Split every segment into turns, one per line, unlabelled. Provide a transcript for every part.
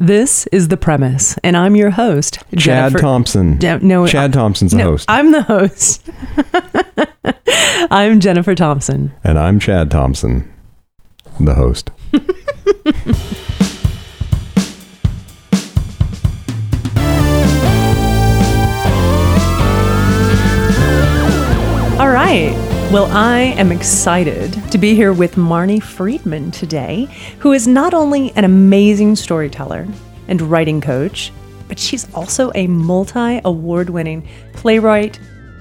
This is the premise, and I'm your host,
Chad
Jennifer.
Thompson.
Je- no, uh,
Chad Thompson's the
no,
host,
I'm the host. I'm Jennifer Thompson.
and I'm Chad Thompson, the host.
All right. Well, I am excited to be here with Marnie Friedman today, who is not only an amazing storyteller and writing coach, but she's also a multi award winning playwright,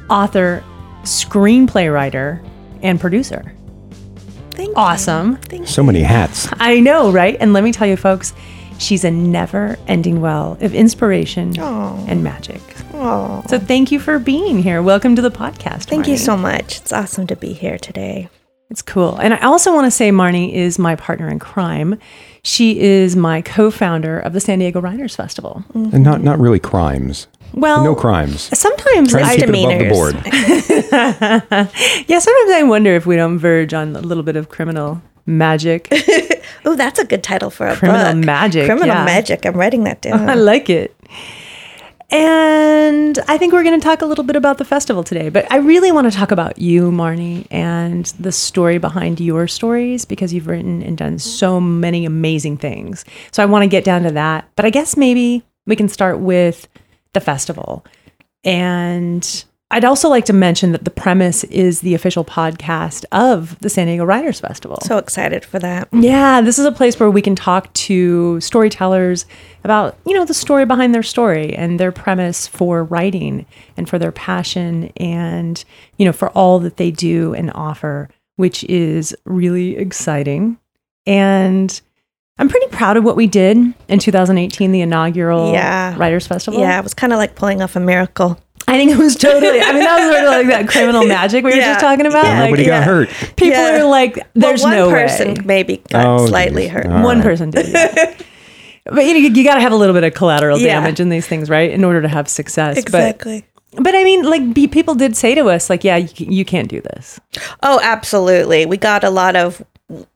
author, screenplay writer, and producer.
Thank
awesome.
So many hats.
I know, right? And let me tell you, folks, she's a never ending well of inspiration and magic.
Oh,
So thank you for being here. Welcome to the podcast.
thank you
Marnie.
so much. It's awesome to be here today.
It's cool. And I also want to say Marnie is my partner in crime. She is my co founder of the San Diego Writers Festival.
And not, not really crimes.
Well,
no crimes.
Sometimes
Trying to
I,
keep it above the
misdemeanors.
board.
yeah, sometimes I wonder if we don't verge on a little bit of criminal magic.
Oh, that's a good title for a
Criminal
book.
magic,
Criminal
yeah.
magic. I'm writing that
I
down.
like it. And I think we're going to talk a little bit about the festival today, but I really want to talk about you, Marnie, and the story behind your stories because you've written and done so many amazing things. So I want to get down to that. But I guess maybe we can start with the festival. And I'd also like to mention that the premise is the official podcast of the San Diego Writers Festival.
so excited for that.
Yeah, this is a place where we can talk to storytellers about, you know, the story behind their story and their premise for writing and for their passion and, you know, for all that they do and offer, which is really exciting. And I'm pretty proud of what we did in 2018, the inaugural
Yeah.
Writers Festival.
Yeah, it was kind of like pulling off a miracle.
I think it was totally, I mean, that was sort of like that criminal magic we were
Yeah.
just talking about.
Yeah,
like,
Nobody got
yeah.
hurt.
people
Yeah.
are like, there's
well,
no
one person
way.
maybe got
Oh,
slightly
geez.
hurt.
All
one
right.
person did that. but you, know, you got to have a little bit of collateral
Yeah.
damage in these things right in order to have success
Exactly.
but but i mean like be, people did say to us like yeah you, c- you can't do this
Oh, absolutely. We got a lot of.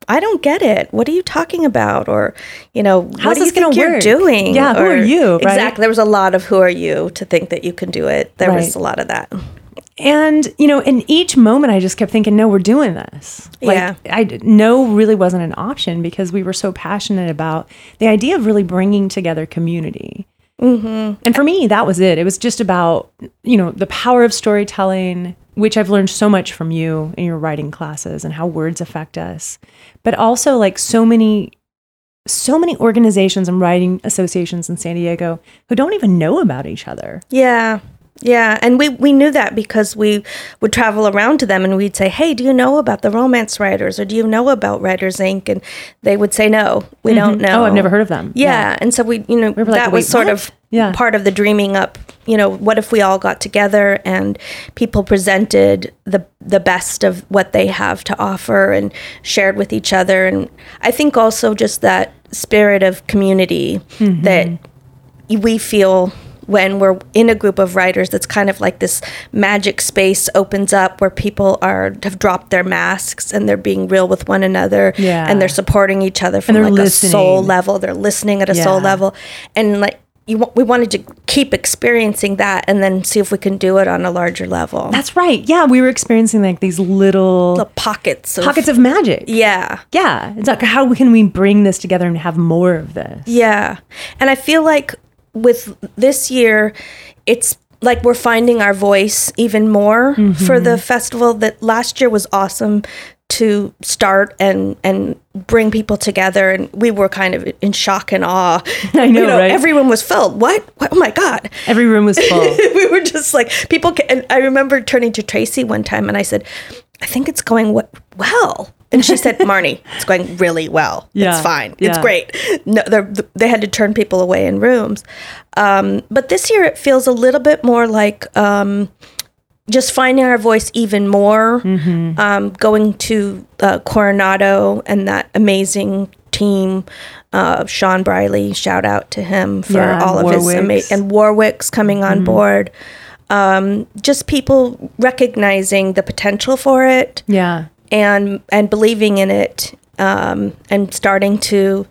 I don't get it. What are you talking about? Or, you know,
How's
what do
this
you
gonna
think you're
work?
doing?
Yeah, who
Or-
are you, right?
Exactly. There was a lot of who are you to think that you can do it. There
Right.
was a lot of that.
and you know in each moment i just kept thinking no we're doing this like
Yeah.
i d- no really wasn't an option because we were so passionate about the idea of really bringing together community And for me, that was it. It was just about, you know, the power of storytelling, which I've learned so much from you in your writing classes and how words affect us. But also like so many so many organizations and writing associations in San Diego who don't even know about each other.
Yeah. Yeah, and we, we knew that because we would travel around to them and we'd say, "Hey, do you know about the romance writers or do you know about Writers Inc?" and they would say, "No, we don't know."
Oh, I've never heard of them.
Yeah, and so we, you know,
were
that
like, "Wait,
was sort
what?"
of
Yeah.
part of the dreaming up. You know, what if we all got together and people presented the the best of what they have to offer and shared with each other? And I think also just that spirit of community
Mm-hmm.
that we feel when we're in a group of writers that's kind of like this magic space opens up where people are have dropped their masks and they're being real with one another
Yeah.
and they're supporting each other from
they're
like a soul
listening.
level they're listening at a soul
Yeah.
level and like you, wa- we wanted to keep experiencing that and then see if we can do it on a larger level
That's right. Yeah, we were experiencing like these little
the pockets of,
pockets of magic.
yeah
Yeah. It's like how can we bring this together and have more of this?
Yeah. And I feel like with this year, it's like we're finding our voice even more for
Mm-hmm.
the festival that last year was awesome to start and and bring people together and we were kind of in shock and awe.
I know, right?
Everyone was filled. What? what? Oh my god.
Every room was full.
we were just like people ca- and I remember turning to Tracy one time and I said, "I think it's going w- well." And she said, "Marnie, it's going really well.
Yeah,
it's fine. It's
yeah.
great." great. No, they're- they had to turn people away in rooms. Um, but this year it feels a little bit more like um, just finding our voice even more.
Mm-hmm.
Um, going to uh, Coronado and that amazing team, uh, Sean Briley, shout out to him for
Yeah, and
all of his
Warwick's. Mm-hmm.
ama- and Warwick's coming on board. Um, just people recognizing the potential for it
yeah.
and and believing in it um, and starting to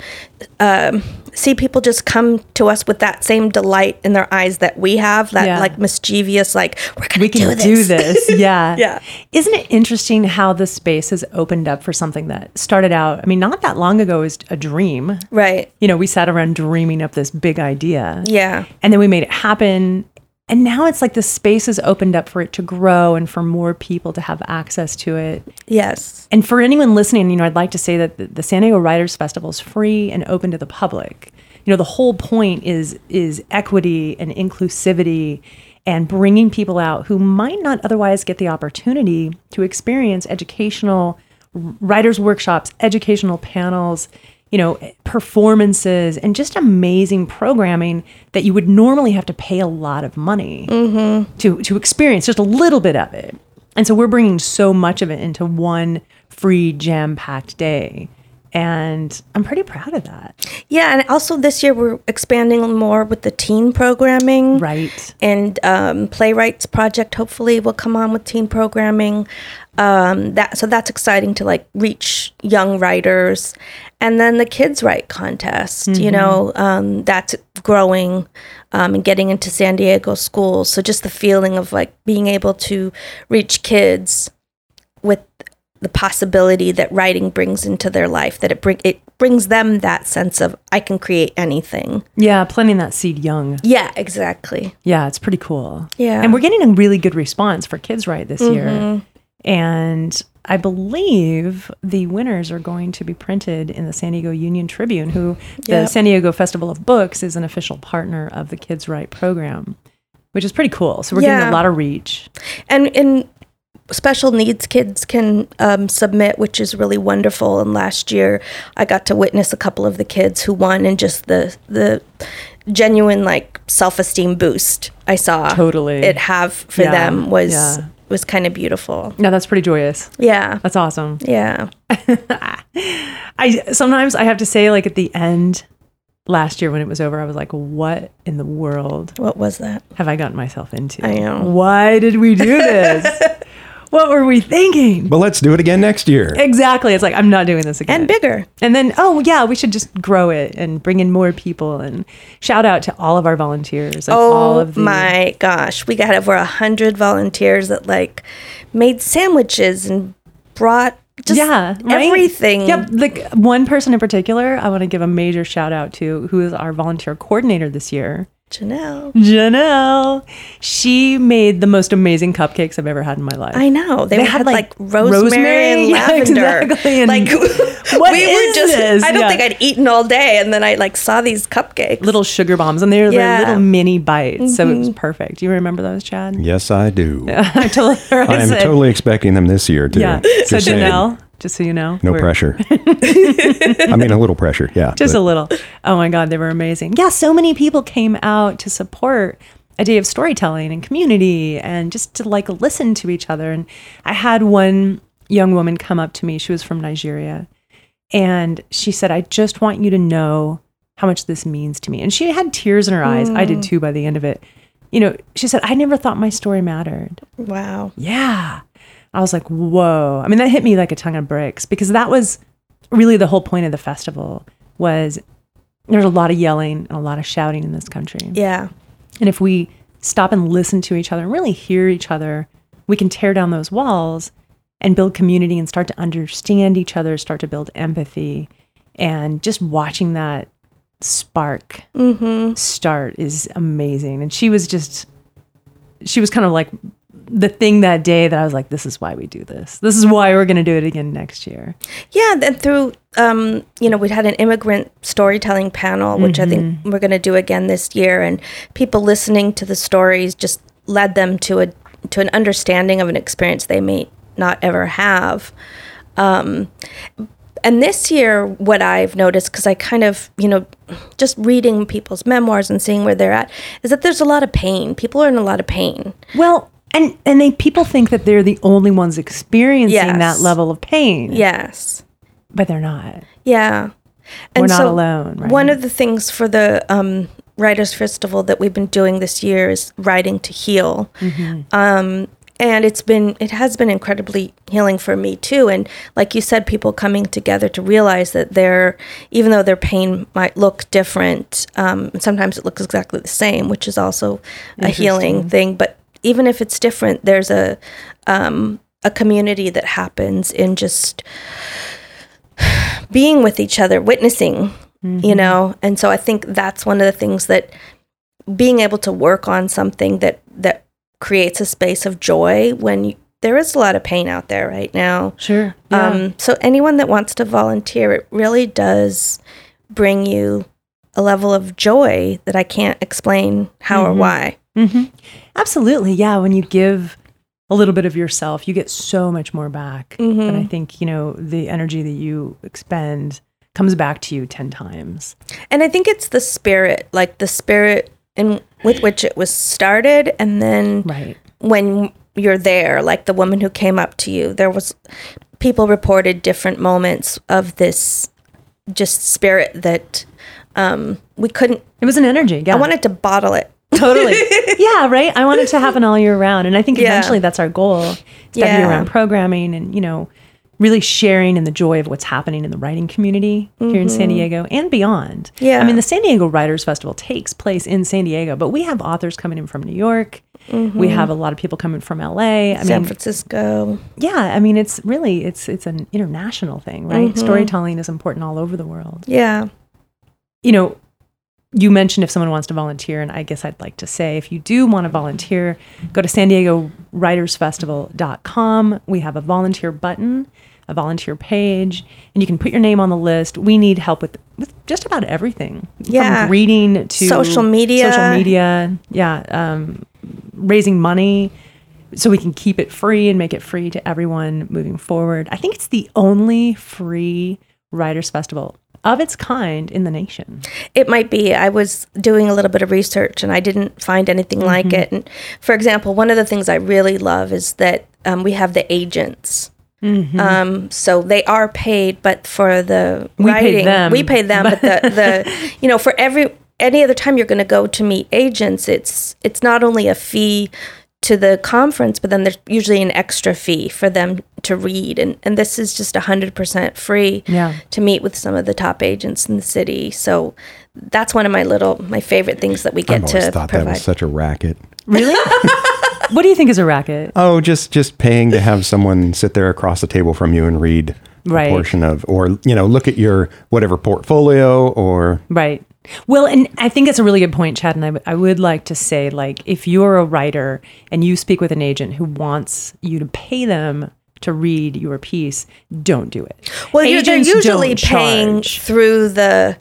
um, see people just come to us with that same delight in their eyes that we have, that
Yeah.
like mischievous, like we're gonna
we can
do this.
Yeah.
Yeah.
Isn't it interesting how the space has opened up for something that started out, I mean, not that long ago is a dream.
Right.
You know, we sat around dreaming up this big idea.
Yeah.
And then we made it happen. And now it's like the space has opened up for it to grow and for more people to have access to it.
Yes.
And for anyone listening, you know, I'd like to say that the, the San Diego Writers Festival is free and open to the public. You know, the whole point is is equity and inclusivity and bringing people out who might not otherwise get the opportunity to experience educational r- writers workshops, educational panels, you know, performances and just amazing programming that you would normally have to pay a lot of money to to experience just a little bit of it. And so we're bringing so much of it into one free jam packed day. And I'm pretty proud of that.
Yeah, and also this year we're expanding more with the teen programming.
Right.
And um, playwrights project hopefully will come on with teen programming. Um, that so that's exciting to like reach young writers, and then the kids write contest. You know um, that's growing um, and getting into San Diego schools. So just the feeling of like being able to reach kids with the possibility that writing brings into their life that it bring it brings them that sense of I can create anything.
Yeah, planting that seed young.
Yeah, exactly.
Yeah, it's pretty cool.
Yeah.
And we're getting a really good response for Kids Right this year.
Mm-hmm.
And I believe the winners are going to be printed in the San Diego Union Tribune, who the
Yep.
San Diego Festival of Books is an official partner of the Kids Right program, which is pretty cool. So we're getting
Yeah.
a lot of reach.
And and special needs kids can um, submit, which is really wonderful. And last year, I got to witness a couple of the kids who won, and just the the genuine like self esteem boost I saw
Totally.
Ah. it have for
Yeah,
them was
yeah.
was kind of beautiful.
No, that's pretty joyous.
Yeah,
That's awesome.
yeah,
I sometimes I have to say like at the end last year when it was over, I was like, what in the world
what was that?
have I gotten myself into?
I know.
Why did we do this? what were we thinking?
But let's do it again next year.
Uh, Exactly. It's like I'm not doing this again.
And bigger.
And then oh yeah, we should just grow it and bring in more people and shout out to all of our volunteers. Like
Oh
all of the,
my gosh, we got over a hundred volunteers that like made sandwiches and brought just
yeah, right?
everything.
Yep. Like one person in particular, I want to give a major shout out to, who is our volunteer coordinator this year.
Janelle.
Janelle. She made the most amazing cupcakes I've ever had in my life.
I know they, had, like, rosemary, and
yeah,
lavender.
exactly. And
like
what
we
is
were just.
this?
I don't
Yeah.
think I'd eaten all day, and then I like saw these cupcakes.
little sugar bombs, and they were
Yeah. Mm-hmm.
they're little mini bites. So it was perfect. Do you remember those, Chad?
Yes, I do.
I told her. I
I am
said,
totally expecting them this year too.
Yeah. so
Just saying.
Janelle, just so you know,
No
we're-
pressure. I mean, a little pressure. Yeah.
Just
but-
a little. Oh my God, they were amazing. Yeah, so many people came out to support a day of storytelling and community and just to like listen to each other. And I had one young woman come up to me. She was from Nigeria. And she said, I just want you to know how much this means to me. And she had tears in her eyes. I did too by the end of it. You know, she said, I never thought my story mattered.
wow.
Yeah. I was like, whoa. I mean, that hit me like a ton of bricks because that was really the whole point of the festival was there's a lot of yelling and a lot of shouting in this country.
Yeah.
And if we stop and listen to each other and really hear each other, we can tear down those walls and build community and start to understand each other, start to build empathy. And just watching that spark Mm-hmm. start is amazing. And she was just, she was kind of like the thing that day that I was like, this is why we do this. This is why we're going to do it again next year.
Yeah, then through um, you know, we had an immigrant storytelling panel, which I think we're going to do again this year, and people listening to the stories just led them to a to an understanding of an experience they may not ever have. Um, And this year, what I've noticed, because I kind of, you know, just reading people's memoirs and seeing where they're at, is that there's a lot of pain. People are in a lot of pain.
Well, and, and they people think that they're the only ones experiencing
Yes.
that level of pain,
Yes.
but they're not.
Yeah.
We're not alone, right?
One of the things for the um,
Mm-hmm.
Writers Festival that we've been doing this year is writing to heal. Um, and it's been it has been incredibly healing for me too and like you said people coming together to realize that their even though their pain might look different um, and sometimes it looks exactly the same which is also a healing thing but even if it's different there's a um, a community that happens in just being with each other witnessing you know and so i think that's one of the things that being able to work on something that that creates a space of joy when you, there is a lot of pain out there right now.
Sure.
Um, so anyone that wants to volunteer, it really does bring you a level of joy that I can't explain how or why.
Absolutely. Yeah. When you give a little bit of yourself, you get so much more back. And I think, you know, the energy that you expend comes back to you 10 times.
And I think it's the spirit, like the spirit in with which it was started, and then
Right.
when you're there, like the woman who came up to you, there was people reported different moments of this just spirit that um, we couldn't.
It was an energy. Yeah.
I wanted to bottle it.
totally. yeah. Right. I want it to happen all year round. And I think
Yeah.
eventually that's our goal. It's that year
Yeah.
round programming and, you know, really sharing in the joy of what's happening in the writing community here in San Diego and beyond.
Mm-hmm. Yeah.
I mean, the San Diego Writers Festival takes place in San Diego, but we have authors coming in from New York. We have a lot of people coming from LA. I
Mm-hmm. San
mean,
Francisco.
yeah i mean it's really it's it's an international thing right
Mm-hmm.
storytelling is important all over the world
Yeah.
you know you mentioned if someone wants to volunteer and i guess i'd like to say if you do want to volunteer go to san diego writersfestival.com we have a volunteer button a volunteer page and you can put your name on the list we need help with, with just about everything
Yeah.
from greeting to
Social media.
social media yeah um, raising money so we can keep it free and make it free to everyone moving forward. I think it's the only free writers festival of its kind in the nation.
It might be. I was doing a little bit of research and I didn't find anything like
Mm-hmm.
it. And for example, one of the things I really love is that um, we have the agents.
Mm-hmm.
Um, so they are paid, but for the
We pay
writing,
them,
we pay them. But the, the you know for every any other time you're going to go to meet agents, it's it's not only a fee to the conference, but then there's usually an extra fee for them to read, and and this is just hundred percent free
Yeah.
to meet with some of the top agents in the city. So that's one of my little my favorite things that we
I've
get
always
to
thought that
provide.
was such a racket.
Really? what do you think is a racket?
Oh, just just paying to have someone sit there across the table from you and read
Right.
a portion of, or you know, look at your whatever portfolio, or
Right. Well, and I think that's a really good point, Chad. And I, w- I would like to say, like, if you're a writer and you speak with an agent who wants you to pay them to read your piece, don't do it.
well, you're, they're
Agents
usually
don't
paying
charge.
through the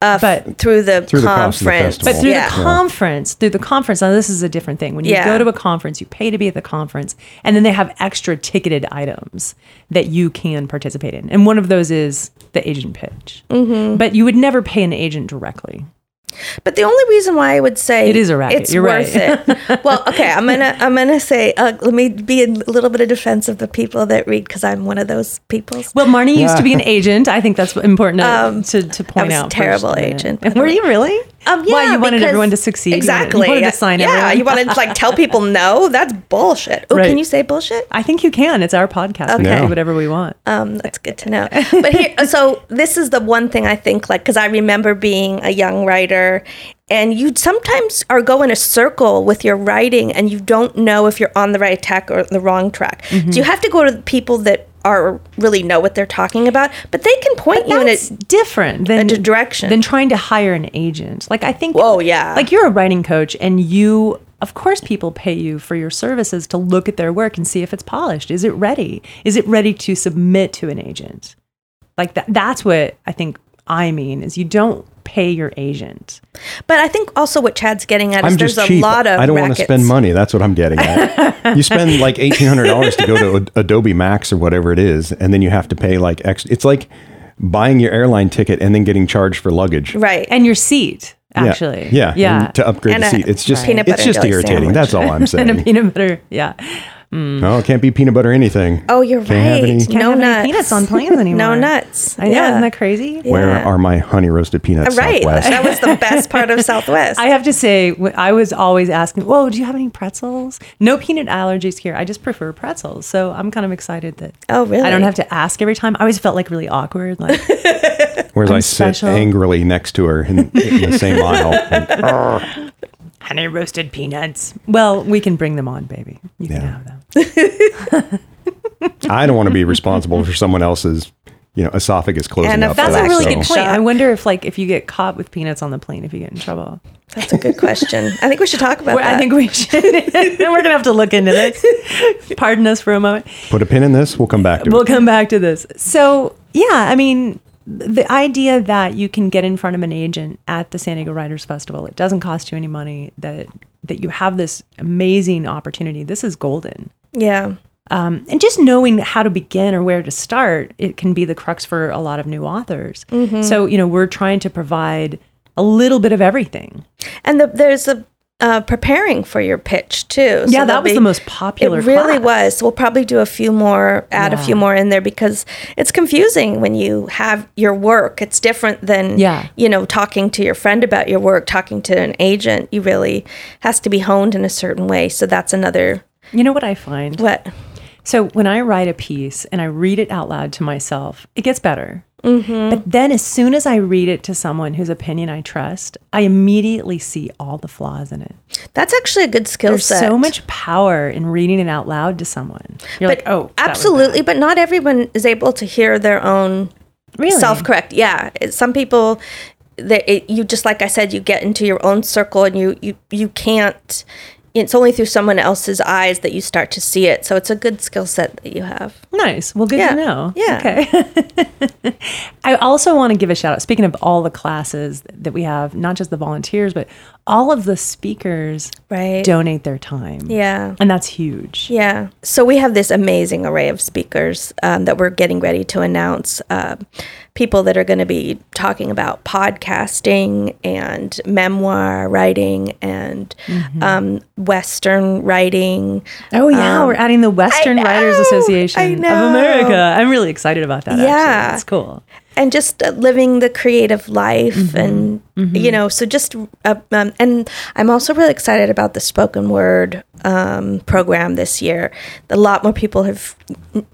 but
through the
Through the cost of the
conference.
festival.
But through
yeah.
the conference, through the conference, now this is a different thing. When you
Yeah.
go to a conference, you pay to be at the conference, and then they have extra ticketed items that you can participate in. And one of those is the agent pitch. Mm-hmm. But you would never pay an agent directly.
But the only reason why I would say
It is a racket.
It's
You're
worth it. Well, okay, I'm gonna I'm gonna say uh, let me be a little bit of defense of the people that read because I'm one of those people.
Well, Marnie used to be an agent. I think that's important to, to, to point
Um, was a
out. for
terrible
just a minute.
agent, by the
Were
way.
you really?
Um,
Why you wanted
because-
everyone to succeed? You wanted-
Exactly.
You wanted, to sign
yeah,
everyone.
you wanted to like tell people no, that's bullshit. Oh,
Right.
can you say bullshit?
I think you can. It's our podcast. We
Okay.
can do whatever we want.
Um, that's good to know. But here, so this is the one thing I think, like, because I remember being a young writer, and you sometimes are go in a circle with your writing, and you don't know if you're on the right track or the wrong track. So you have to go to the people that are really know what they're talking about, but they can point you in
That's
a
different than
a direction.
than trying to hire an agent. Like I think.
Whoa, yeah.
Like you're a writing coach, and you, of course, people pay you for your services to look at their work and see if it's polished. Is it ready? Is it ready to submit to an agent? Like that. That's what I think I mean. Is you don't pay your agent.
But I think also what Chad's getting at is
I'm
there's
just
a
cheap.
lot of
I don't want
rackets.
to spend money. That's what I'm getting at. you spend like eighteen hundred dollars to go to Ad- Adobe Max or whatever it is, and then you have to pay like extra. It's like buying your airline ticket and then getting charged for luggage.
Right.
And your seat,
Yeah.
actually.
Yeah.
Yeah.
and to upgrade
And
the
a
seat. It's just
peanut
it's
butter and
just
jelly
irritating.
sandwich.
That's all I'm
and a
saying.
peanut butter. Yeah.
No, it can't be peanut butter anything.
Oh, you're
Can't have
right.
any-
Can't
no
have any
nuts.
peanuts on planes anymore.
no nuts.
I know.
Yeah.
Isn't that crazy?
Where
Yeah.
are my honey roasted peanuts?
Right.
Southwest?
That was the best part of Southwest.
I have to say, wh- I was always asking, "Whoa, do you have any pretzels?" No peanut allergies here. I just prefer pretzels, so I'm kind of excited that
Oh, really?
I don't have to ask every time. I always felt like really awkward. Like,
Whereas i sit
special.
angrily next to her in, in the same aisle.
honey roasted peanuts. Well, we can bring them on, baby. You can
Yeah.
have them.
I don't want to be responsible for someone else's, you know, esophagus closing
And if
up.
That's
for
a
that,
really
so-
good point.
Shock.
I wonder if, like, if you get caught with peanuts on the plane, if you get in trouble.
That's a good question. I think we should talk about
Well,
that.
I think we should. We're gonna have to look into this. Pardon us for a moment.
Put a pin in this. We'll come back to
We'll
it.
come back to this. So, yeah, I mean, the idea that you can get in front of an agent at the San Diego Writers Festival, it doesn't cost you any money, that that you have this amazing opportunity. This is golden.
yeah.
Um, and just knowing how to begin or where to start, it can be the crux for a lot of new authors. So, you know, we're trying to provide a little bit of everything.
And the, there's the uh, preparing for your pitch too. So
Yeah, that
there'll
was
be-
the most popular
It really
class.
was. We'll probably do a few more, add a few more in there because it's confusing when you have your work. It's different than
Yeah.
you know talking to your friend about your work, talking to an agent. You really has to be honed in a certain way. So that's another
You know what I find?
what.
So when I write a piece and I read it out loud to myself, it gets better.
Mm-hmm.
But then as soon as I read it to someone whose opinion I trust, I immediately see all the flaws in it.
That's actually a good skill
There's
set.
so much power in reading it out loud to someone. You're
but
like, oh, that was
absolutely. But not everyone is able to hear their own
bad. really?
self correct yeah It- some people that it, you just like i said you get into your own circle and you you you can't it's only through someone else's eyes that you start to see it so it's a good skill set that you have
Nice. Well, good
Yeah.
to know.
Yeah.
Okay. I also want to give a shout out. Speaking of all the classes that we have, not just the volunteers, but all of the speakers
right
donate their time.
yeah
And that's huge.
yeah so we have this amazing array of speakers um, that we're getting ready to announce uh, people that are going to be talking about podcasting and memoir writing and um, western writing
Oh yeah,
Um,
we're adding the Western
I
Writers
know, I
Association of
know.
America. I'm really excited about that.
Yeah.
actually. it's cool.
and just uh, living the creative life
Mm-hmm.
and you know so just uh, um, and i'm also really excited about the spoken word um, program this year a lot more people have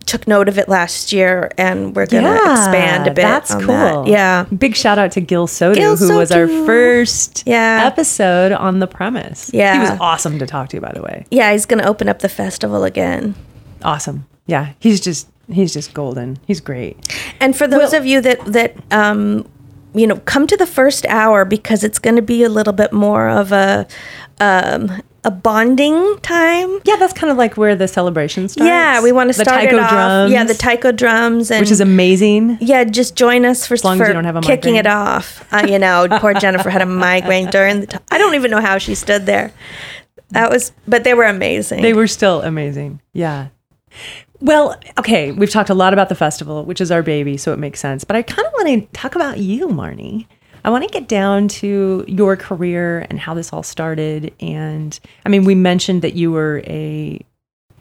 took note of it last year and we're going to expand a bit
That's
on
cool.
that. yeah
Big shout out to Gil Sodu,
Gil
who was our
Sodu.
first
Yeah.
episode on the premise. he was
Yeah.
awesome to talk to. By the way,
yeah he's going to open up the festival again
awesome. Yeah, he's just he's just golden. He's great.
And for those of you that that um, you know, come to the first hour because it's going to be a little bit more of a um, a bonding time.
Yeah, that's kind of like where the celebration starts.
Yeah, we want to
The
start it
taiko
off.
drums.
Yeah, the taiko drums and
which is amazing.
yeah, just join us for,
long as
for
you don't have a
kicking
migraine.
it off. Uh, you know, poor Jennifer had a migraine during the time. I don't even know how she stood there. That was, but they were amazing.
They were still amazing. Yeah. Well, okay, we've talked a lot about the festival, which is our baby, so it makes sense. But I kind of want to talk about you, Marnie. I want to get down to your career and how this all started. And I mean, we mentioned that you were a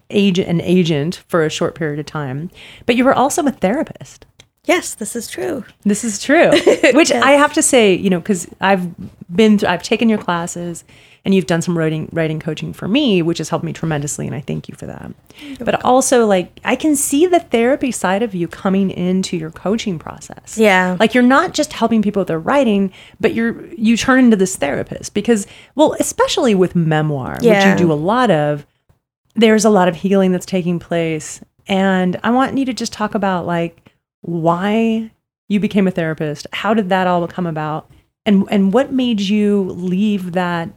agent, an agent for a short period of time, but you were also a therapist.
yes, this is true.
This is true. Which I have to say, you know, because I've been, through, I've taken your classes, and you've done some writing, writing coaching for me, which has helped me tremendously, and I thank you for that. But also, like, I can see the therapy side of you coming into your coaching process.
Yeah.
like you're not just helping people with their writing, but you're you turn into this therapist because, well, especially with memoir,
Yeah.
which you do a lot of, there's a lot of healing that's taking place. And I want you to just talk about like why you became a therapist. How did that all come about? And and what made you leave that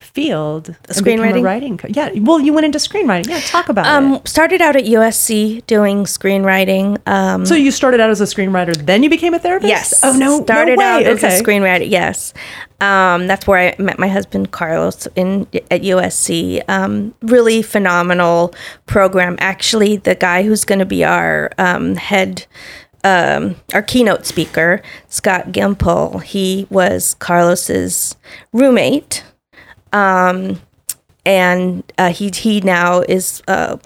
field and become a
Screenwriting?
writing co- yeah well you went into screenwriting yeah talk about it
Um, started out at USC doing screenwriting. Um,
so you started out as a screenwriter then you became a therapist
Yes.
oh no
Started
no
out
way.
as a screenwriter. Yes. Um, that's where I met my husband Carlos in at USC. Um, really phenomenal program. Actually, the guy who's going to be our um, head. Um, our keynote speaker, Scott Gimple, he was Carlos's roommate and uh, he he now is uh,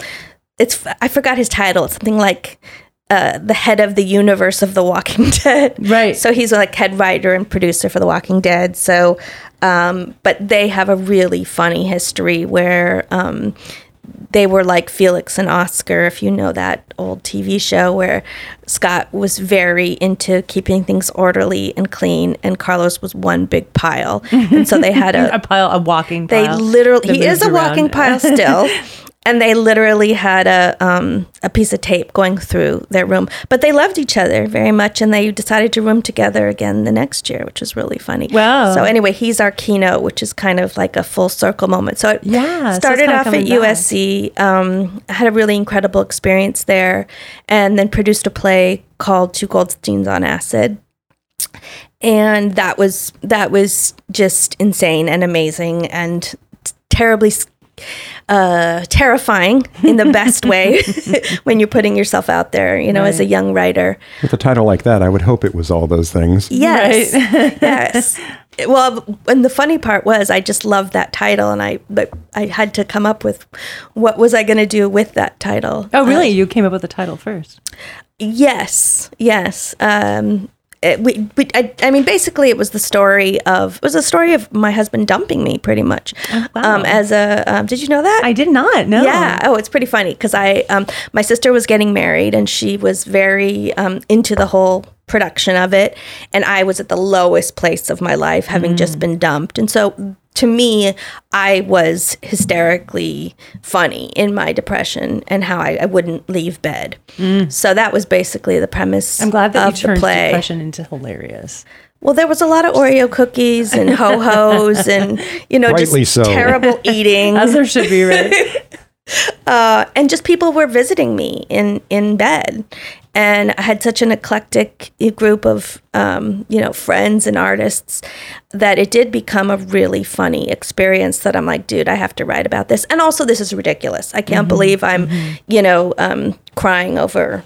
it's I forgot his title. It's something like uh, the head of the universe of The Walking Dead.
Right.
So he's like head writer and producer for The Walking Dead. So, um, but they have a really funny history where um, they were like Felix and Oscar, if you know that old TV show where Scott was very into keeping things orderly and clean, and Carlos was one big pile. And so they had
a pile, a walking.
they
pile
literally
that
he is
moves
a walking
around.
pile still and they literally had a um, a piece of tape going through their room but they loved each other very much and they decided to room together again the next year which was really funny
Wow.
so anyway he's our keynote which is kind of like a full circle moment so it
Yeah, so it's
started
kinda
off at
coming back.
usc um, I had a really incredible experience there and then produced a play called two goldsteins on acid and that was that was just insane and amazing and terribly s- uh, terrifying in the best way when you're putting yourself out there you know as a young writer
With a title like that, I would hope it was all those things.
yes yes well and the funny part was i just loved that title and i but i had to come up with what was i going to do with that title
Oh, really? You came up with the title first.
Yes, yes. Um, it, we, we, I, I mean, basically, it was the story of it was the story of my husband dumping me, pretty much.
Oh, wow.
Um, as a, um, did you know that?
I did not. No.
Yeah. Oh, it's pretty funny because I, um, my sister was getting married and she was very um, into the whole production of it, and I was at the lowest place of my life, having
Mm.
just been dumped, and so. To me, I was hysterically funny in my depression and how I, I wouldn't leave bed. So that was basically the premise.
Mm. I'm glad that
of
you
the
turned
play.
depression into hilarious.
Well, there was a lot of Oreo cookies and ho hos and you know
Rightly
just
so.
terrible eating.
As there should be, right?
and just people were visiting me in in bed and i had such an eclectic group of um, you know friends and artists that it did become a really funny experience that i'm like dude i have to write about this and also this is ridiculous i can't believe i'm you know um, crying over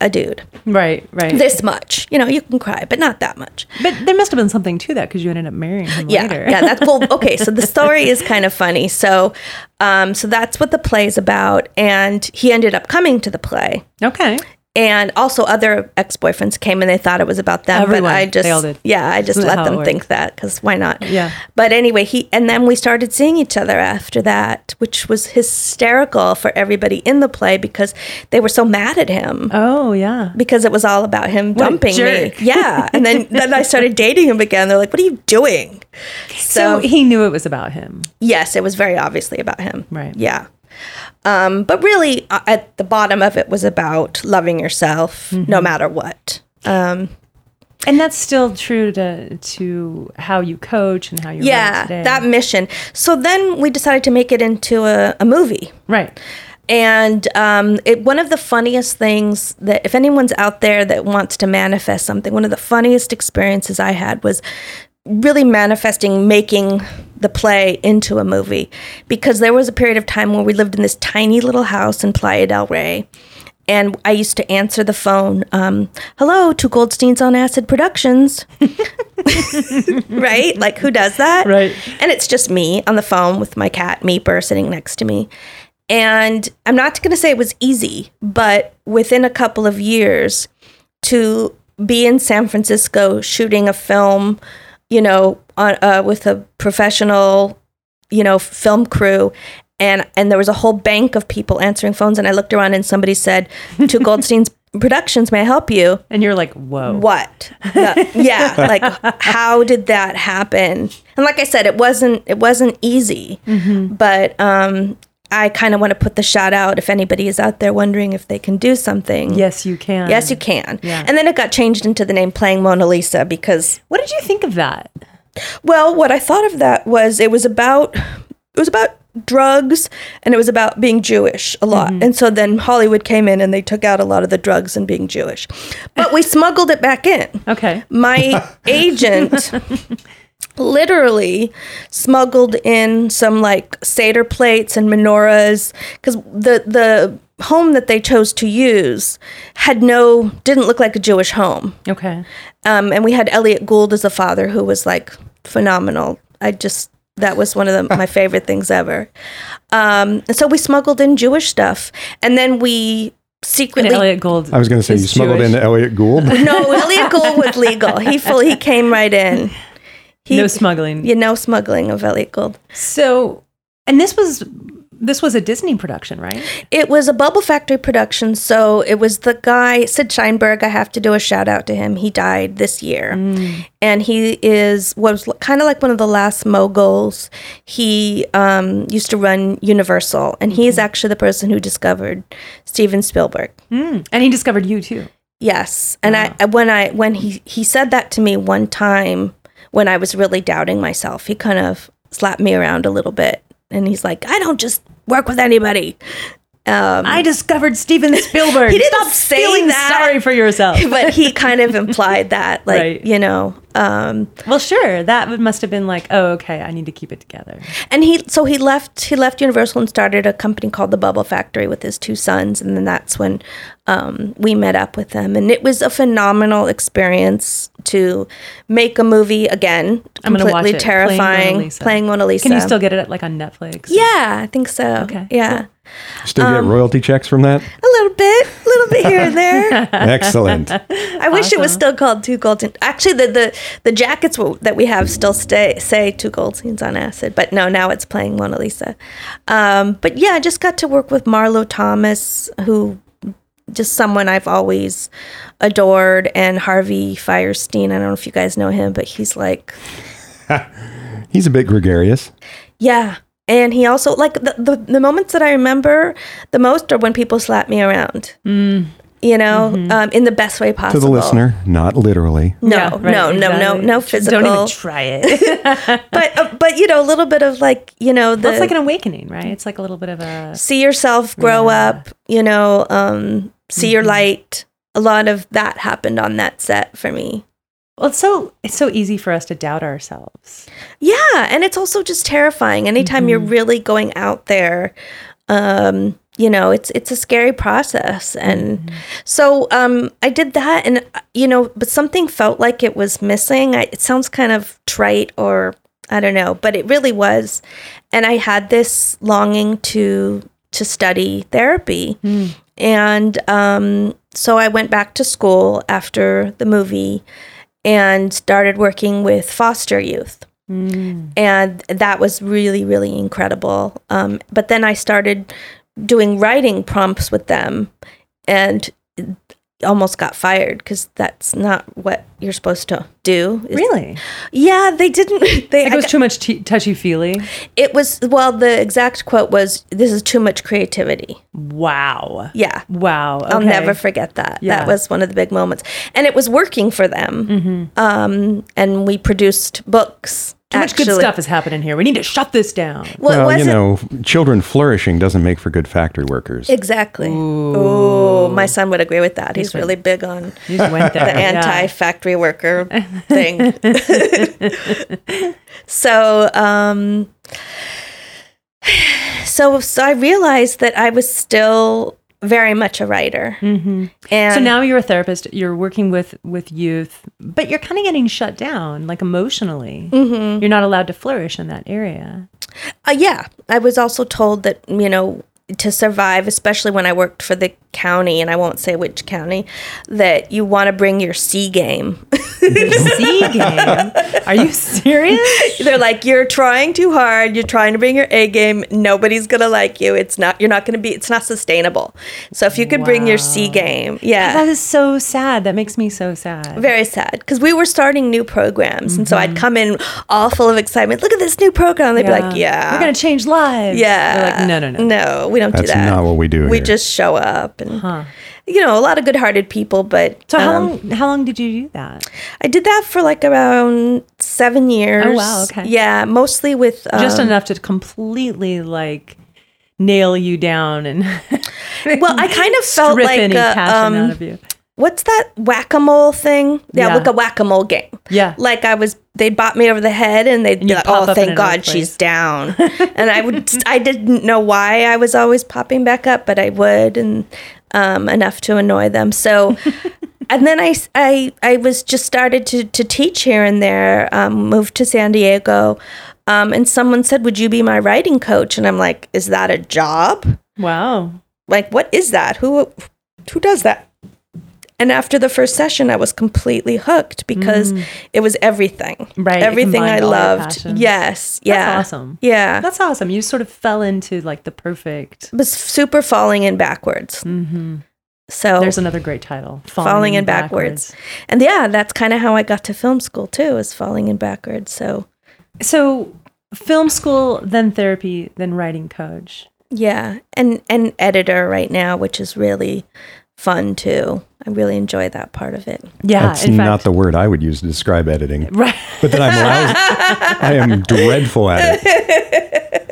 a dude
right, right.
this much you know you can cry but not that much
but there must have been something to that because you ended up marrying him
yeah,
later.
Yeah, that's well, okay. So the story is kind of funny. So, um, so that's what the play's about. And he ended up coming to the play.
okay.
And also, other ex boyfriends came and they thought it was about them.
Everyone,
but I just,
they all did.
yeah, I just
Isn't that
let
how it
them
works?
think that because why not?
Yeah.
But anyway, he and then we started seeing each other after that, which was hysterical for everybody in the play because they were so mad at him
Oh, yeah.
because it was all about him
a
dumping me.
jerk.
Yeah. And then then I started dating him again. They're like, "What are you doing?"
So, he knew it was about him.
Yes, it was very obviously about him.
Right.
Yeah. Um, but really, uh, at the bottom of it was about loving yourself
Mm-hmm.
no matter what. Um,
And that's still true to to how you coach and how you
yeah, that mission. So then we decided to make it into a, a movie.
right.
And um, it, one of the funniest things that, if anyone's out there that wants to manifest something, one of the funniest experiences I had was really manifesting making the play into a movie. Because there was a period of time where we lived in this tiny little house in Playa del Rey. And I used to answer the phone, um, hello, to Goldstein's on Acid Productions. right? Like, who does that?
Right.
And it's just me on the phone with my cat, Meeper, sitting next to me. And I'm not going to say it was easy, but within a couple of years, to be in San Francisco shooting a film, you know, on, uh, with a professional, you know, film crew. And, and there was a whole bank of people answering phones. And I looked around and somebody said, to Goldstein's Productions, may I help you?
And you're like, whoa.
what The- yeah like how did that happen and like i said it wasn't it wasn't easy but um i kind of want to put the shout out if anybody is out there wondering if they can do something
Yes, you can.
yes you can
Yeah.
and then it got changed into the name playing mona lisa because
What did you think of that?
well what i thought of that was it was about it was about drugs and it was about being jewish a lot and so then hollywood came in and they took out a lot of the drugs and being jewish but we smuggled it back in
Okay.
my agent literally smuggled in some like seder plates and menorahs because the the home that they chose to use had no didn't look like a jewish home
Okay.
um, and we had elliot gould as a father who was like phenomenal i just That was one of the, my favorite things ever. Um, and so we smuggled in Jewish stuff, and then we
And
secretly.
Elliot Gold.
I was going to say you smuggled in Elliot Gould.
no, Elliot Gould was legal. He fully he came right in. He,
no smuggling.
You know, smuggling of Elliot Gould.
So, and this was this was a Disney production, right?
It was a Bubble Factory production, so it was the guy Sid Sheinberg. I have to do a shout out to him. He died this year, and he is was kind of like one of the last moguls. He um, used to run Universal, and he is actually the person who discovered Steven Spielberg.
And he discovered you too.
Yes, and I when I when he he said that to me one time when I was really doubting myself, he kind of slapped me around a little bit, and he's like, "I don't just work with anybody." Um,
I discovered Steven Spielberg.
He didn't
Stop
say
feeling
that.
sorry for yourself.
but he kind of implied that, like
Right.
you know, um,
well, sure, that would- must have been like, oh, okay, I need to keep it together.
and he so he left he left Universal and started a company called the Bubble Factory with his two sons, and then that's when um, we met up with them, and it was a phenomenal experience to make a movie again.
I'm gonna watch
completely
it, Playing Mona
terrifying,
Lisa.
playing Mona Lisa.
Can you still get it like on Netflix?
Yeah, I think so.
Okay,
Yeah.
Still get
Um,
royalty checks from that?
A little bit, a little bit here and there.
Excellent.
I wish it was still called Two Golden. Actually, the the, the jackets w- that we have still stay say Two Goldsteins on Acid, but no, now it's playing Mona Lisa. Um, but yeah, I just got to work with Marlo Thomas, who just someone I've always adored, and Harvey Firestein. I don't know if you guys know him, but he's like
He's a bit gregarious.
Yeah. And he also like the, the the moments that I remember the most are when people slap me around. Mm.
Mm-hmm.
You know, um, in the best way
To
possible.
the listener, not literally.
No,
Yeah, right,
no, no, no,
exactly.
no
Just Don't
physical.
even try it.
but uh, but you know, a little bit of like you know the
Well, it's like an awakening, right? It's like a little bit of a
see yourself grow up. You know, um, see your
Mm-hmm.
light. A lot of that happened on that set for me.
well, it's so it's so easy for us to doubt ourselves.
Yeah, and it's also just terrifying. Anytime you're really going out there, um, you know, it's it's a scary process. And so um, I did that, and uh, you know, but something felt like it was missing. I, it sounds kind of trite, or I don't know, but it really was. And I had this longing to to study therapy, and um, so I went back to school after the movie and started working with foster youth
Mm.
and that was really really incredible um, but then i started doing writing prompts with them and almost got fired because that's not what you're supposed to do is-
Really,
yeah they didn't they
it
I
was
got-
too much t- touchy feely.
it was well the exact quote was this is too much creativity
Wow.
yeah
Wow.
I'll
okay.
never forget that.
Yeah. Mm-hmm.
That was one of the big moments, and it was working for them. Um, and we produced books.
Too much good
actually.
stuff is happening here. We need to shut this down.
Well, it
well, you
wasn't-
know, children flourishing doesn't make for good factory workers.
Exactly. Oh, my son would agree with that. He's really big on
You just went there.
the anti-factory worker thing. so, um, so, so I realized that I was still very much a writer, and
Mm-hmm. So now you're a therapist. You're working with with youth, but you're kind of getting shut down, like emotionally.
Mm-hmm.
You're not allowed to flourish in that area.
Uh, yeah, I was also told that you know to survive, especially when I worked for the county, and I won't say which county, that you want to bring your C game.
C E game. Are you serious?
They're like, you're trying too hard. You're trying to bring your A game. Nobody's gonna like you. It's not. You're not gonna be. It's not sustainable. So if you could bring your C game, yeah,
That is so sad. That makes me so sad.
very sad because we were starting new programs, and so I'd
Mm-hmm.
come in all full of excitement. Look at this new program. They'd be like, yeah,
We're gonna change lives.
yeah.
They're like, no, no, no.
no. we don't
That's
do that.
not what we do
We
here.
just show up and. You know, a lot of good-hearted people, but
So how
um,
long? How long did you do that?
I did that for like around seven years.
Oh, wow, okay.
Yeah, mostly with um,
Just enough to completely like nail you down and
Well, I kind of felt
strip
like
any
a,
passion
um,
out of you.
what's that whack-a-mole thing? Yeah,
Yeah.
like a whack-a-mole game.
Yeah.
Like I was, they bought me over the head, and they'd be
you'd
like,
pop up
"Oh,
in
thank
another
God she's
place."
down." and I would, I didn't know why I was always popping back up, but I would, and um, enough to annoy them. So and then I, s- I, I was just started to, to teach here and there, um, moved to San Diego. Um, and someone said, Would you be my writing coach? And I'm like, Is that a job?
Wow.
Like, what is that? Who, who does that? And after the first session, I was completely hooked because it was everything.
Mm. Right, it
Everything I
combined all your
loved.
passions.
Yes. Yeah.
That's awesome.
Yeah.
That's awesome. You sort of fell into like the perfect.
was super falling in backwards. So
Mm-hmm. There's another great title.
falling, in backwards. and yeah, that's kind of how I got to film school too, is falling in backwards. So
So film school, then therapy, then writing coach.
yeah, and and editor right now, which is really fun too. I really enjoy that part of it.
Yeah,
That's not the word I would use to describe editing.
right.
But then I'm lousy. I am dreadful at it.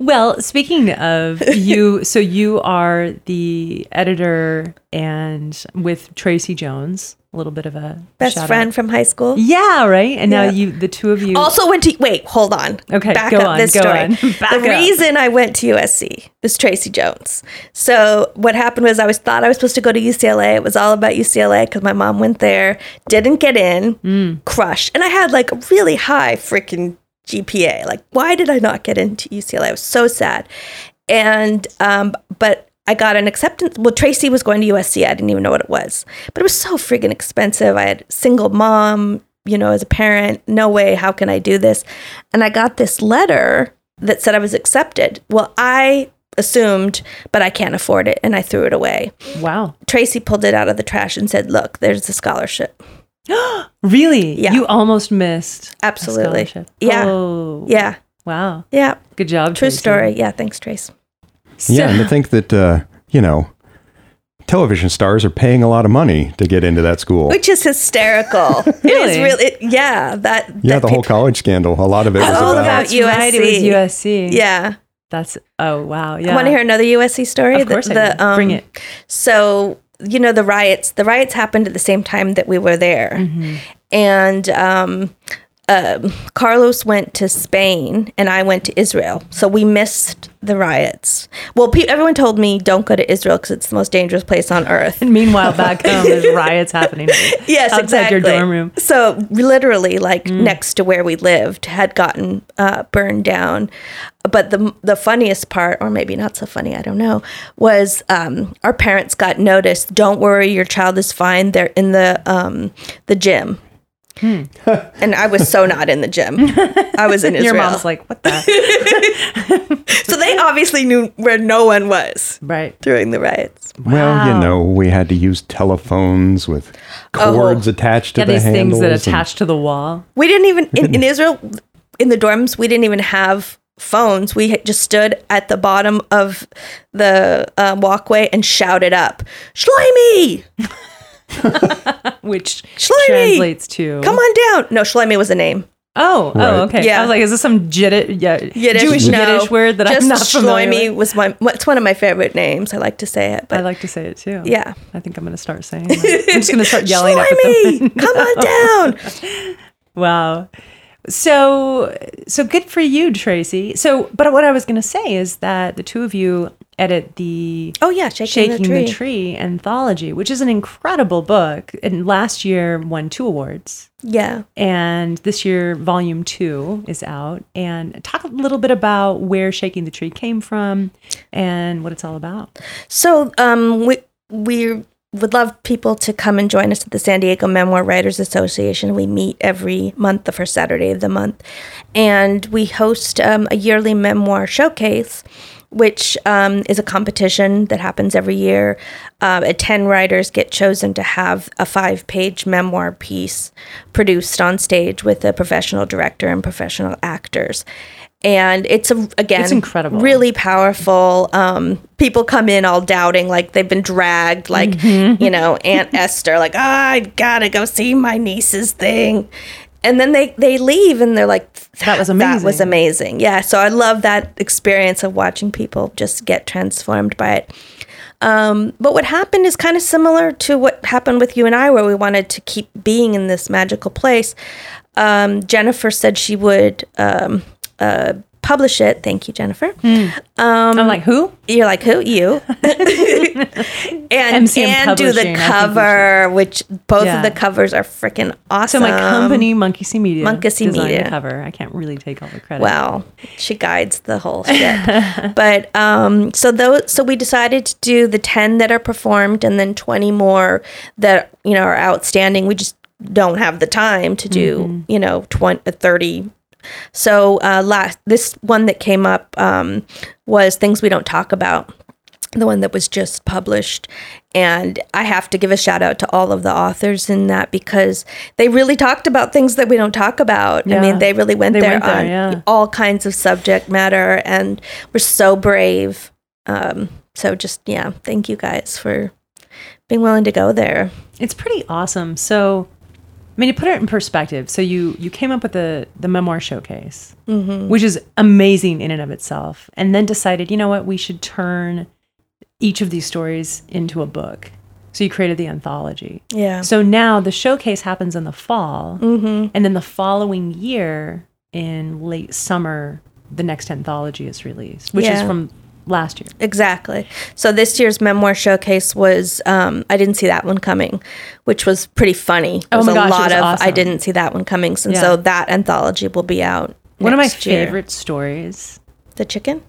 Well, speaking of you, so you are the editor and with Tracy Jones, a little bit of a
Best
shout out.
friend from high school.
Yeah, right. And now
Yeah.
you, the two of you.
Also went to wait, hold on.
Okay,
back
go
up
on,
this
go
story.
on. Back
the
up.
reason I went to USC was Tracy Jones. So what happened was I was thought I was supposed to go to UCLA. It was all about UCLA because my mom went there, didn't get in,
Mm.
crushed, and I had like a really high freaking GPA. Like, why did I not get into UCLA? I was so sad. And um, but I got an acceptance. Well, Tracy was going to USC. I didn't even know what it was, but it was so freaking expensive. I had single mom, you know, as a parent. No way. How can I do this? And I got this letter that said I was accepted. Well, I assumed, but I can't afford it, and I threw it away.
wow.
Tracy pulled it out of the trash and said, "Look, there's the scholarship."
Really?
Yeah.
You almost missed. a
Absolutely.
scholarship.
Yeah.
Oh,
Yeah,
Wow.
yeah.
Good job.
True
Tracy.
story. Yeah, thanks, Trace.
So-
yeah, and to think that, uh, you know, television stars are paying a lot of money to get into that school.
Which is hysterical. It is
Really?
really, it- yeah. That
yeah,
that
the whole
peop-
college scandal. A lot of it was
It's all
about,
about
that's Right. It was
USC.
USC.
yeah.
That's oh wow. Yeah.
Want to hear another USC story? um,
Of course, I do. bring it.
So you know the riots. The riots happened at the same time that we were there, and um, um Carlos went to Spain and I went to Israel. So we missed the riots. Well, pe- everyone told me don't go to Israel because it's the most dangerous place on earth.
And meanwhile, back home, there's riots happening.
yes,
outside
exactly.
your dorm room. Mm.
So literally, like next to where we lived, had gotten uh, burned down. But the the funniest part, or maybe not so funny, I don't know, was um, our parents got notice. Don't worry, your child is fine. They're in the um, the gym.
Hmm.
and I was so not in the gym. I was in Israel.
Your mom's like, what the?
so they obviously knew where no one was
right.
during the riots.
well, you
Wow.
know, we had to use telephones with
Oh.
cords attached to
Yeah,
the
these things
handles.
that
and-
attach to the wall.
We didn't even in, in Israel in the dorms. We didn't even have phones. We had- just stood at the bottom of the uh, walkway and shouted up, "Shloimi,
which
Shlomi!
translates to
come on down!" No, Shloimi was a name.
Oh,
Right.
oh, okay.
Yeah.
I was like, is this some Jiddish, yeah,
Yiddish,
Jewish
no,
Yiddish word that
just
I'm not familiar
Shloimi
with?
was my. It's one of my favorite names. I like to say it, but
I like to say it too.
yeah.
I think I'm going to start saying. That. I'm just going to start yelling up at them.
Shloimi, come on down.
Wow. So so good for you, Tracy. So but what I was gonna say is that the two of you edit the
Oh yeah, shaking,
Shaking
the tree.
Anthology, which is an incredible book. And last year won two awards.
Yeah.
And this year volume two is out. And talk a little bit about where Shaking the Tree came from and what it's all about.
So um, we we would love people to come and join us at the San Diego Memoir Writers Association. We meet every month, the first Saturday of the month, and we host um, a yearly memoir showcase. Which um, is a competition that happens every year. Um, uh, 10 writers get chosen to have a five page memoir piece produced on stage with a professional director and professional actors. And it's, a, again,
It's incredible.
Really really powerful. Um, people come in all doubting, like they've been dragged, like
Mm-hmm.
you know, Aunt Esther, like oh, I gotta go see my niece's thing, and then they they leave and they're like,
That was
That was
amazing."
amazing. Yeah, so I love that experience of watching people just get transformed by it. Um, but what happened is kind of similar to what happened with you and I, where we wanted to keep being in this magical place. Um, Jennifer said she would um, uh, publish it. Thank you, Jennifer. Um,
I'm like, who?
You're like, who? You. and
MCM
and do
Publishing, I
the
think we
cover, which both
Yeah.
of the covers are freaking
So
awesome.
my company, Monkey See Media,
Monkey See
designed the
Media.
cover. I can't really take all the credit.
Well, she guides the whole ship. but um, so those, so we decided to do the ten that are performed, and then twenty more that you know are outstanding. We just don't have the time to do you know 20, uh, 30 so uh, last this one that came up um, was things we don't talk about the one that was just published. And I have to give a shout out to all of the authors in that because they really talked about things that we don't talk about. I
Yeah.
mean, they really went
They
there
went there,
on
yeah.
all kinds of subject matter and were so brave. Um, so just, yeah, thank you guys for being willing to go there.
It's pretty awesome. So, I mean, to put it in perspective, so you you came up with the the memoir showcase,
Mm-hmm.
which is amazing in and of itself, and then decided, you know what, we should turn each of these stories into a book. So you created the anthology.
Yeah. Mm-hmm.
So now the showcase happens in the fall, and then the following year in late summer, the next anthology is released, which is
Yeah.
from last year.
Exactly. So this year's memoir showcase was um, I didn't see that one coming, which was pretty funny.
Oh
There was
my
a
gosh, it
lot
was
of I
awesome.
didn't see that one coming, and
Yeah.
so that anthology will be out.
One of my
next year.
favorite stories
the chicken.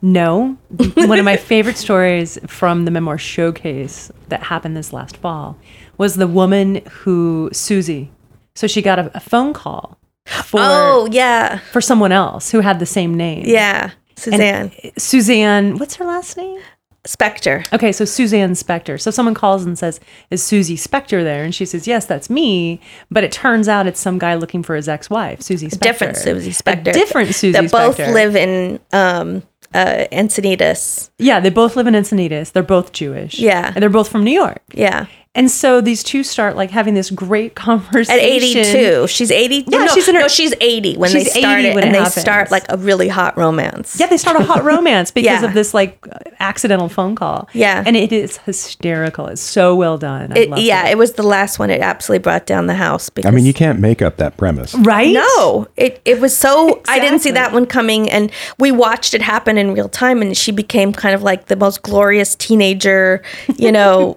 No. One of my favorite stories from the memoir showcase that happened this last fall was the woman who Susie. So she got a, a phone call for
Oh yeah,
for someone else who had the same name.
yeah. Suzanne
Suzanne, what's her last name?
Spectre.
Okay, so Suzanne Spector. So someone calls and says, "Is Susie Spector there?" And she says, "Yes, that's me." But it turns out it's some guy looking for his ex-wife, Susie Spector.
Different Susie Spectre.
A different Susie
That both
Spector.
live in um, uh, Encinitas.
Yeah, they both live in Encinitas. They're both Jewish.
Yeah.
and they're both from New York.
Yeah.
And so these two start like having this great conversation.
At 82, she's 80.
Yeah,
no,
she's in her-
no, she's 80 when
She's 80
they start it,
when
and
it
they
happens.
start like a really hot romance.
Yeah, they start a hot romance because
Yeah.
of this like accidental phone call.
Yeah.
And it is hysterical. It's so well done. I
It-
love
yeah, it was the last one. It absolutely brought down the house because
I mean, you can't make up that premise.
Right?
no, it it was so I didn't see
Exactly.
that one coming, and we watched it happen in real time, and she became kind of like the most glorious teenager. You know,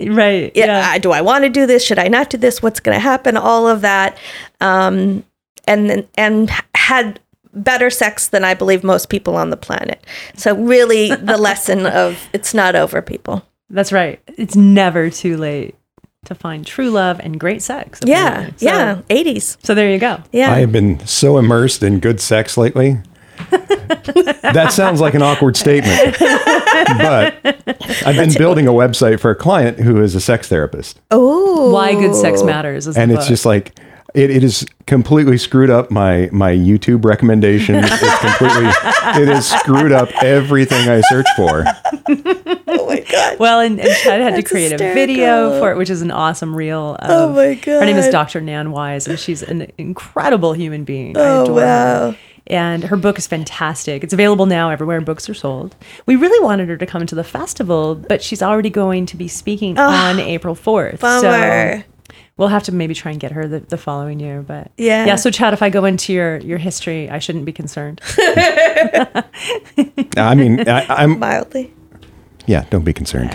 Right.
yeah. I, do I want to do this? Should I not do this? What's going to happen? All of that, um, and then- and had better sex than I believe most people on the planet. So really, the lesson of it's not over, people.
That's right. It's never too late to find true love and great sex.
Yeah,
apparently. So-
yeah, eighties.
So there you go.
Yeah,
I have been so immersed in good sex lately. that sounds like an awkward statement. But I've been building a website for a client who is a sex therapist.
oh,
Why good sex matters is the
and it's
book.
just like it, it is completely screwed up my my YouTube recommendations. it's completely it has screwed up everything I search for.
oh my god.
Well, and, and Chad had to
That's
create a
hysterical.
video for it, which is an awesome reel. Of,
Oh my
Her name is
God.
Dr. Nan Wise, and she's an incredible human being. I
Oh,
adore
wow.
her. And her book is fantastic. It's available now everywhere books are sold. We really wanted her to come to the festival, but she's already going to be speaking on April 4th.
Ah, bummer.
So we'll have to maybe try and get her the, the following year. But
Yeah.
Yeah, so Chad, if I go into your, your history, I shouldn't be concerned.
I mean, I, I'm
mildly.
yeah. Don't be concerned.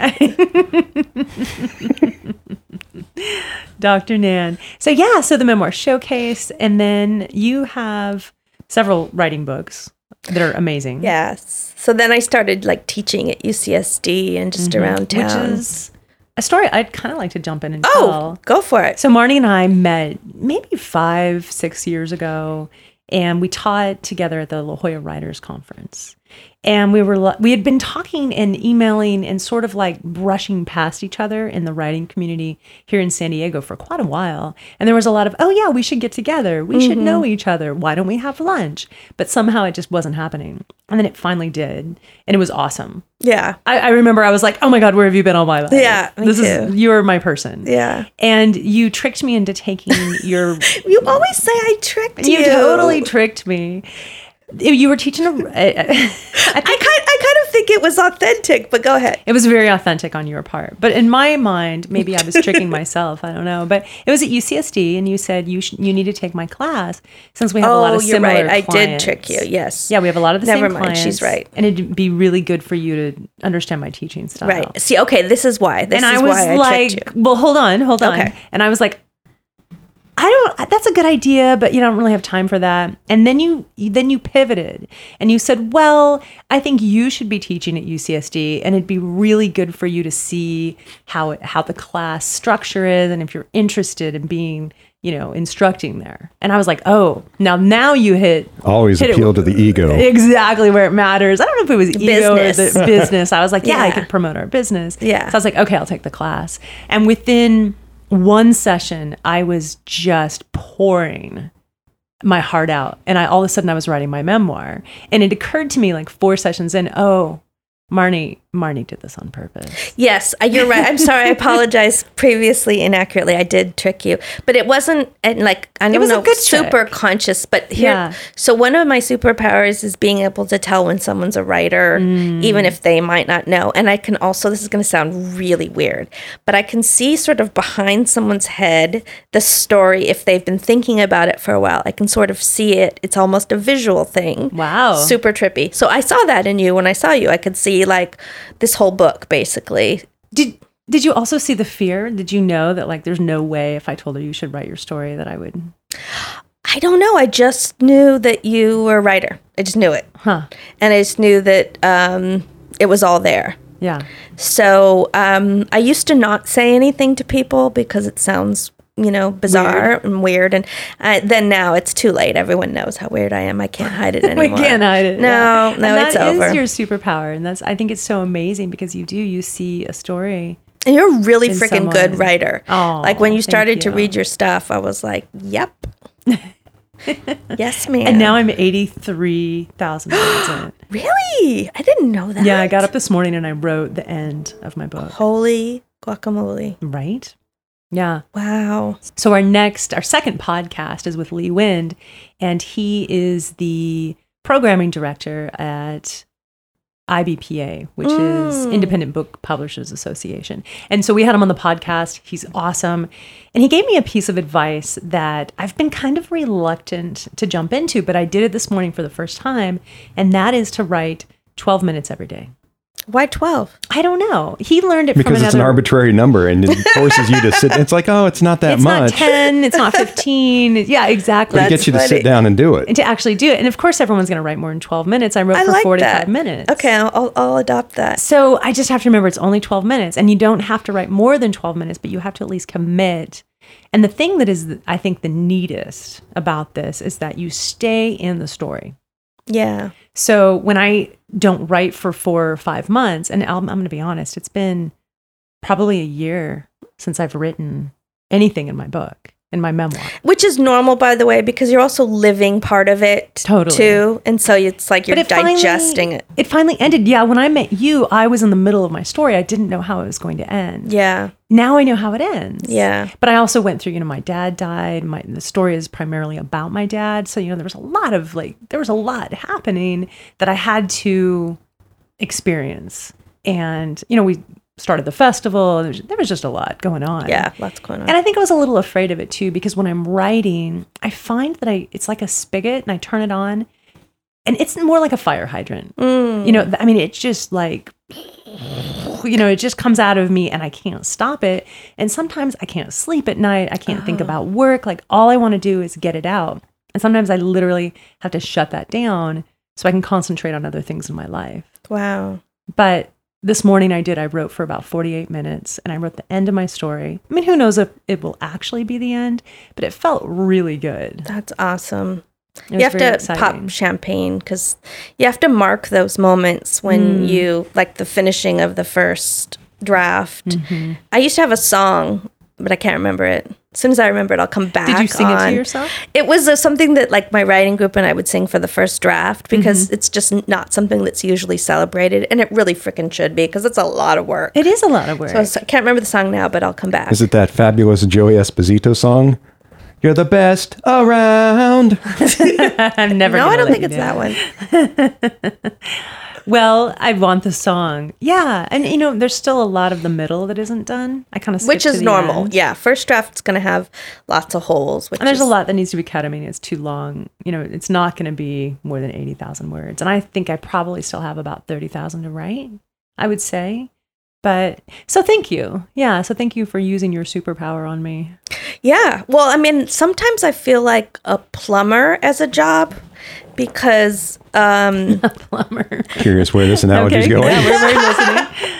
Dr. Nan. So yeah, so the memoir showcase, and then you have several writing books that are amazing.
Yes. So then I started like teaching at UCSD and just around
which
town.
is a story I'd kind of like to jump in and
oh,
tell.
go for it.
So Marnie and I met maybe five, six years ago, and we taught together at the La Jolla Writers Conference. And we were li- we had been talking and emailing and sort of like brushing past each other in the writing community here in San Diego for quite a while. And there was a lot of oh yeah, we should get together. We
Mm-hmm.
should know each other. Why don't we have lunch? But somehow it just wasn't happening. And then it finally did, and it was awesome.
yeah.
I, I remember I was like, oh my God, where have you been all my life?
Yeah, me
This
too.
is, you're my person.
Yeah.
And you tricked me into taking your,
You always say I tricked you.
you totally tricked me. You were teaching a, I
I kind, I kind of think it was authentic, but go ahead.
It was very authentic on your part. But in my mind, maybe I was tricking myself. I don't know. But it was at UCSD, and you said you sh- you need to take my class since we have a lot
Oh,
of
you're
similar
right. I did
clients.
trick you. Yes.
Yeah, we have a lot of the
Never
same
mind,
clients.
she's right.
And it'd be really good for you to understand my teaching style.
Right. See, okay, this is why. This
and I
is
was
why I
like,
tricked you.
well, hold on, hold on.
Okay.
And I was like, I don't. That's a good idea, but you know, I don't really have time for that. And then you, you- then you pivoted, and you said, "Well, I think you should be teaching at UCSD, and it'd be really good for you to see how it, how the class structure is, and if you're interested in being, you know, instructing there." And I was like, "Oh, now now you hit
Always
hit it
appeal to the ego.
exactly where it matters. I don't know if it was ego
Business.
or the business. I was like, yeah, I
Yeah.
could promote our business.
Yeah.
So I was like, okay, I'll take the class. And within one session, I was just pouring my heart out. And I all of a sudden I was writing my memoir. And it occurred to me like four sessions in, oh, Marnie, Marnie did this on purpose.
Yes, uh, you're right. I'm sorry. I apologize previously inaccurately. I did trick you, but it wasn't and like I don't
was a
know
good trick.
super conscious. But here,
Yeah.
so one of my superpowers is being able to tell when someone's a writer,
Mm.
even if they might not know. And I can also this is going to sound really weird, but I can see sort of behind someone's head the story if they've been thinking about it for a while. I can sort of see it. It's almost a visual thing.
Wow.
Super trippy. So I saw that in you when I saw you. I could see like this whole book basically
Did did you also see the fear? Did you know that like there's no way if I told her you should write your story that I would
I don't know. I just knew that you were a writer. I just knew it.
Huh.
And I just knew that um, it was all there.
Yeah.
So um, I used to not say anything to people because it sounds, you know, bizarre and weird. And I, then now it's too late. Everyone knows how weird I am. I can't hide it
we
anymore.
can't hide it.
No,
yeah.
no,
and
it's over.
That is your superpower, and that's I think it's so amazing because you do you see a story.
and you're a really
in
freaking
someone.
good writer.
Aw,
like when you
thank
started to
you.
read your stuff, I was like, yep. yes, ma'am.
And now I'm eighty three thousand words in.
really? I didn't know that.
Yeah, I got up this morning and I wrote the end of my book.
Holy guacamole.
Right? Yeah.
Wow.
So our next, our second podcast is with Lee Wind, and he is the programming director at IBPA, which is Independent Book Publishers Association. And so we had him on the podcast. He's awesome. And he gave me a piece of advice that I've been kind of reluctant to jump into, but I did it this morning for the first time. And that is to write 12 minutes every day.
Why 12?
I don't know. He learned it
Because
from
it's an
another
arbitrary number and it forces you to sit. It's like, oh, it's not that
It's
much.
not 10, it's not 15. Yeah, exactly.
but it gets you to sit down and do it.
and to actually do it. And of course, everyone's going to write more than 12 minutes. I wrote
I
for
like
45
that.
minutes.
Okay, I'll, I'll- I'll adopt that.
So I just have to remember it's only 12 minutes and you don't have to write more than 12 minutes, but you have to at least commit. And the thing that is, I think, the neatest about this is that you stay in the story.
Yeah.
So when I don't write for four or five months, and I'm, I'm going to be honest, it's been probably a year since I've written anything in my book, in my memoir.
Which is normal, by the way, because you're also living part of it
Totally.
too. And so it's like you're digesting
finally,
it.
It finally ended. Yeah, when I met you, I was in the middle of my story. I didn't know how it was going to end.
Yeah.
Now I know how it ends.
Yeah.
But I also went through, you know, my dad died. My the story is primarily about my dad. So, you know, there was a lot of like there was a lot happening that I had to experience. And, you know, we started the festival. There was, there was just a lot going on.
Yeah. Lots going on.
And I think I was a little afraid of it too because when I'm writing, I find that I it's like a spigot and I turn it on and it's more like a fire hydrant. You know, th- I mean it's just like you know, it just comes out of me and I can't stop it. And sometimes I can't sleep at night. I can't think about work. Like all I want to do is get it out. And sometimes I literally have to shut that down so I can concentrate on other things in my life.
wow.
But this morning I did. I wrote for about 48 minutes and I wrote the end of my story. I mean, who knows if it will actually be the end, but it felt really good.
That's awesome.
It was
You have
very
to
exciting.
pop champagne because you have to mark those moments when
Mm.
you like the finishing of the first draft.
Mm-hmm.
I used to have a song, but I can't remember it. As soon as I remember it, I'll come back.
Did you sing it
on-
to yourself?
It was uh, something that like my writing group and I would sing for the first draft
Mm-hmm.
because it's just not something that's usually celebrated, and it really freaking should be because it's a lot of work.
It is a lot of work.
So I can't remember the song now, but I'll come back.
Is it that fabulous Joey Esposito song? You're the best around.
I'm never.
No,
gonna
I don't
let
think
you
it's
do
that one.
Well, I want the song. Yeah, and you know, there's still a lot of the middle that isn't done. I kind of
Which is normal. Yeah. First draft's going to have lots of holes, which
And there's
is-
a lot that needs to be cut. I mean, it's too long. You know, it's not going to be more than 80,000 words. And I think I probably still have about 30,000 to write, I would say. But so thank you. Yeah. So thank you for using your superpower on me.
Yeah. Well, I mean, sometimes I feel like a plumber as a job because um
Plumber.
Curious where this
Oh,
Okay.
analogy's is
Yeah,
going.
we're very listening.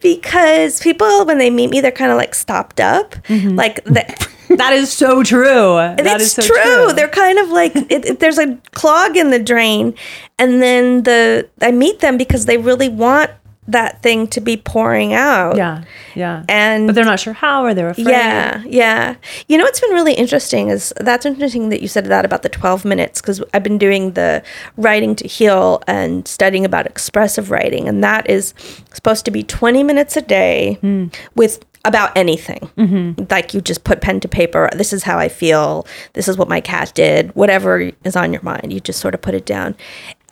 because people when they meet me they're kind of like stopped up. Like the
that is so true. Mm-hmm. That is
That's
so
true. They're kind of like it, it- there's a clog in the drain, and then the I meet them because they really want that thing to be pouring out.
yeah. Yeah.
and
but they're not sure how or they're afraid.
yeah, yeah. You know what's been really interesting is that's interesting that you said that about the 12 minutes because I've been doing the writing to heal and studying about expressive writing, and that is supposed to be 20 minutes a day with about anything. Like you just put pen to paper. This is how I feel. This is what my cat did. Whatever is on your mind, you just sort of put it down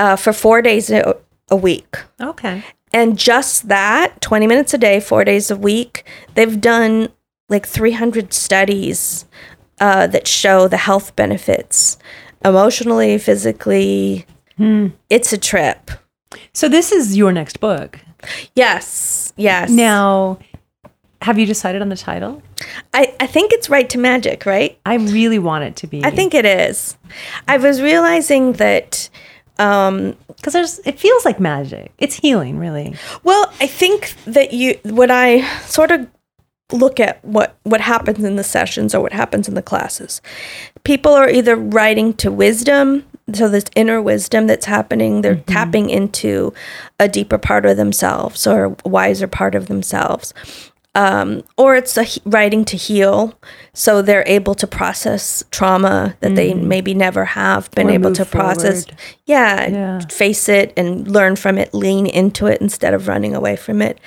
uh, for four days a, a week.
Okay.
And just that, 20 minutes a day, four days a week, they've done like 300 studies uh, that show the health benefits emotionally, physically. It's a trip.
So this is your next book.
Yes, yes.
Now, have you decided on the title?
I, I think it's right to magic, right?
I really want it to be.
I think it is. I was realizing that, um,
because there's it feels like magic. It's healing, really.
well, I think that you, when I sort of look at what what happens in the sessions or what happens in the classes people are either writing to wisdom so this inner wisdom that's happening they're
Mm-hmm.
tapping into a deeper part of themselves or a wiser part of themselves um, or it's a he- writing to heal so they're able to process trauma that they maybe never have been
Mm. Or
able
move
to process
forward.
yeah, and
Yeah.
face it and learn from it lean into it instead of running away from it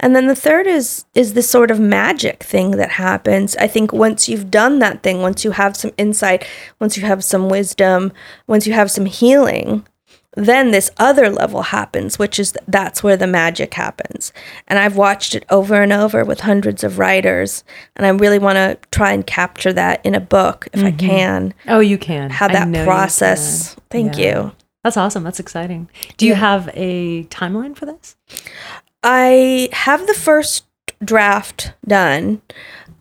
and then the third is is this sort of magic thing that happens i think once you've done that thing once you have some insight once you have some wisdom once you have some healing then this other level happens which is that's where the magic happens and i've watched it over and over with hundreds of writers and i really want to try and capture that in a book if i can
Oh, you can.
how
I
that
know you
process
can.
thank
Yeah.
you
That's awesome. That's exciting. Do you have a timeline for this?
I have the first draft done.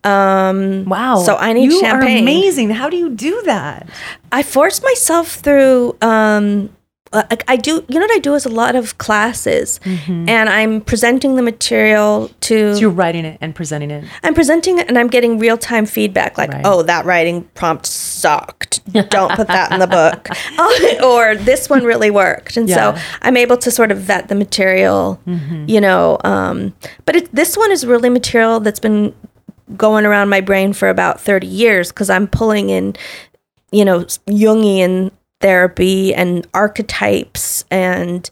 Um,
Wow.
So I need
you
champagne.
Are amazing. How do you do that?
I force myself through. Um, like I do, you know what I do is a lot of classes, and I'm presenting the material to.
Mm-hmm. So you're writing it and presenting it.
I'm presenting it and I'm getting real time feedback like,
Right.
oh, that writing prompt sucked. Don't put that in the book. Oh, or this one really worked. And
Yeah.
so I'm able to sort of vet the material, you know. Um, but it, this one is really material that's been going around my brain for about 30 years because I'm pulling in, you know, s- Jungian therapy and archetypes and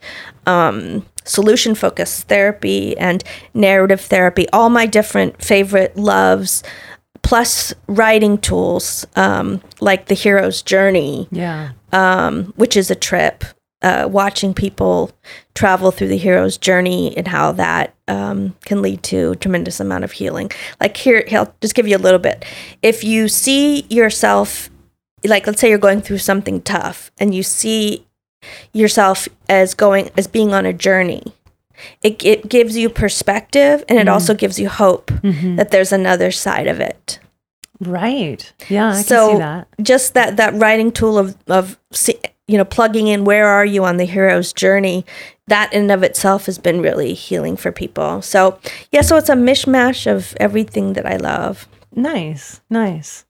um, solution focused therapy and narrative therapy, all my different favorite loves, plus writing tools um, like The Hero's Journey,
Yeah.
um, which is a trip. Uh, watching people travel through the hero's journey and how that um, can lead to a tremendous amount of healing. Like here, he'll just give you a little bit. If you see yourself, like let's say you're going through something tough, and you see yourself as going as being on a journey, it, it gives you perspective, and it also gives you hope that there's another side of it
Right. Yeah. I
so
can see that.
just that that writing tool of of se- you know plugging in where are you on the hero's journey that in and of itself has been really healing for people so yeah so it's a mishmash of everything that i love
Nice. Nice.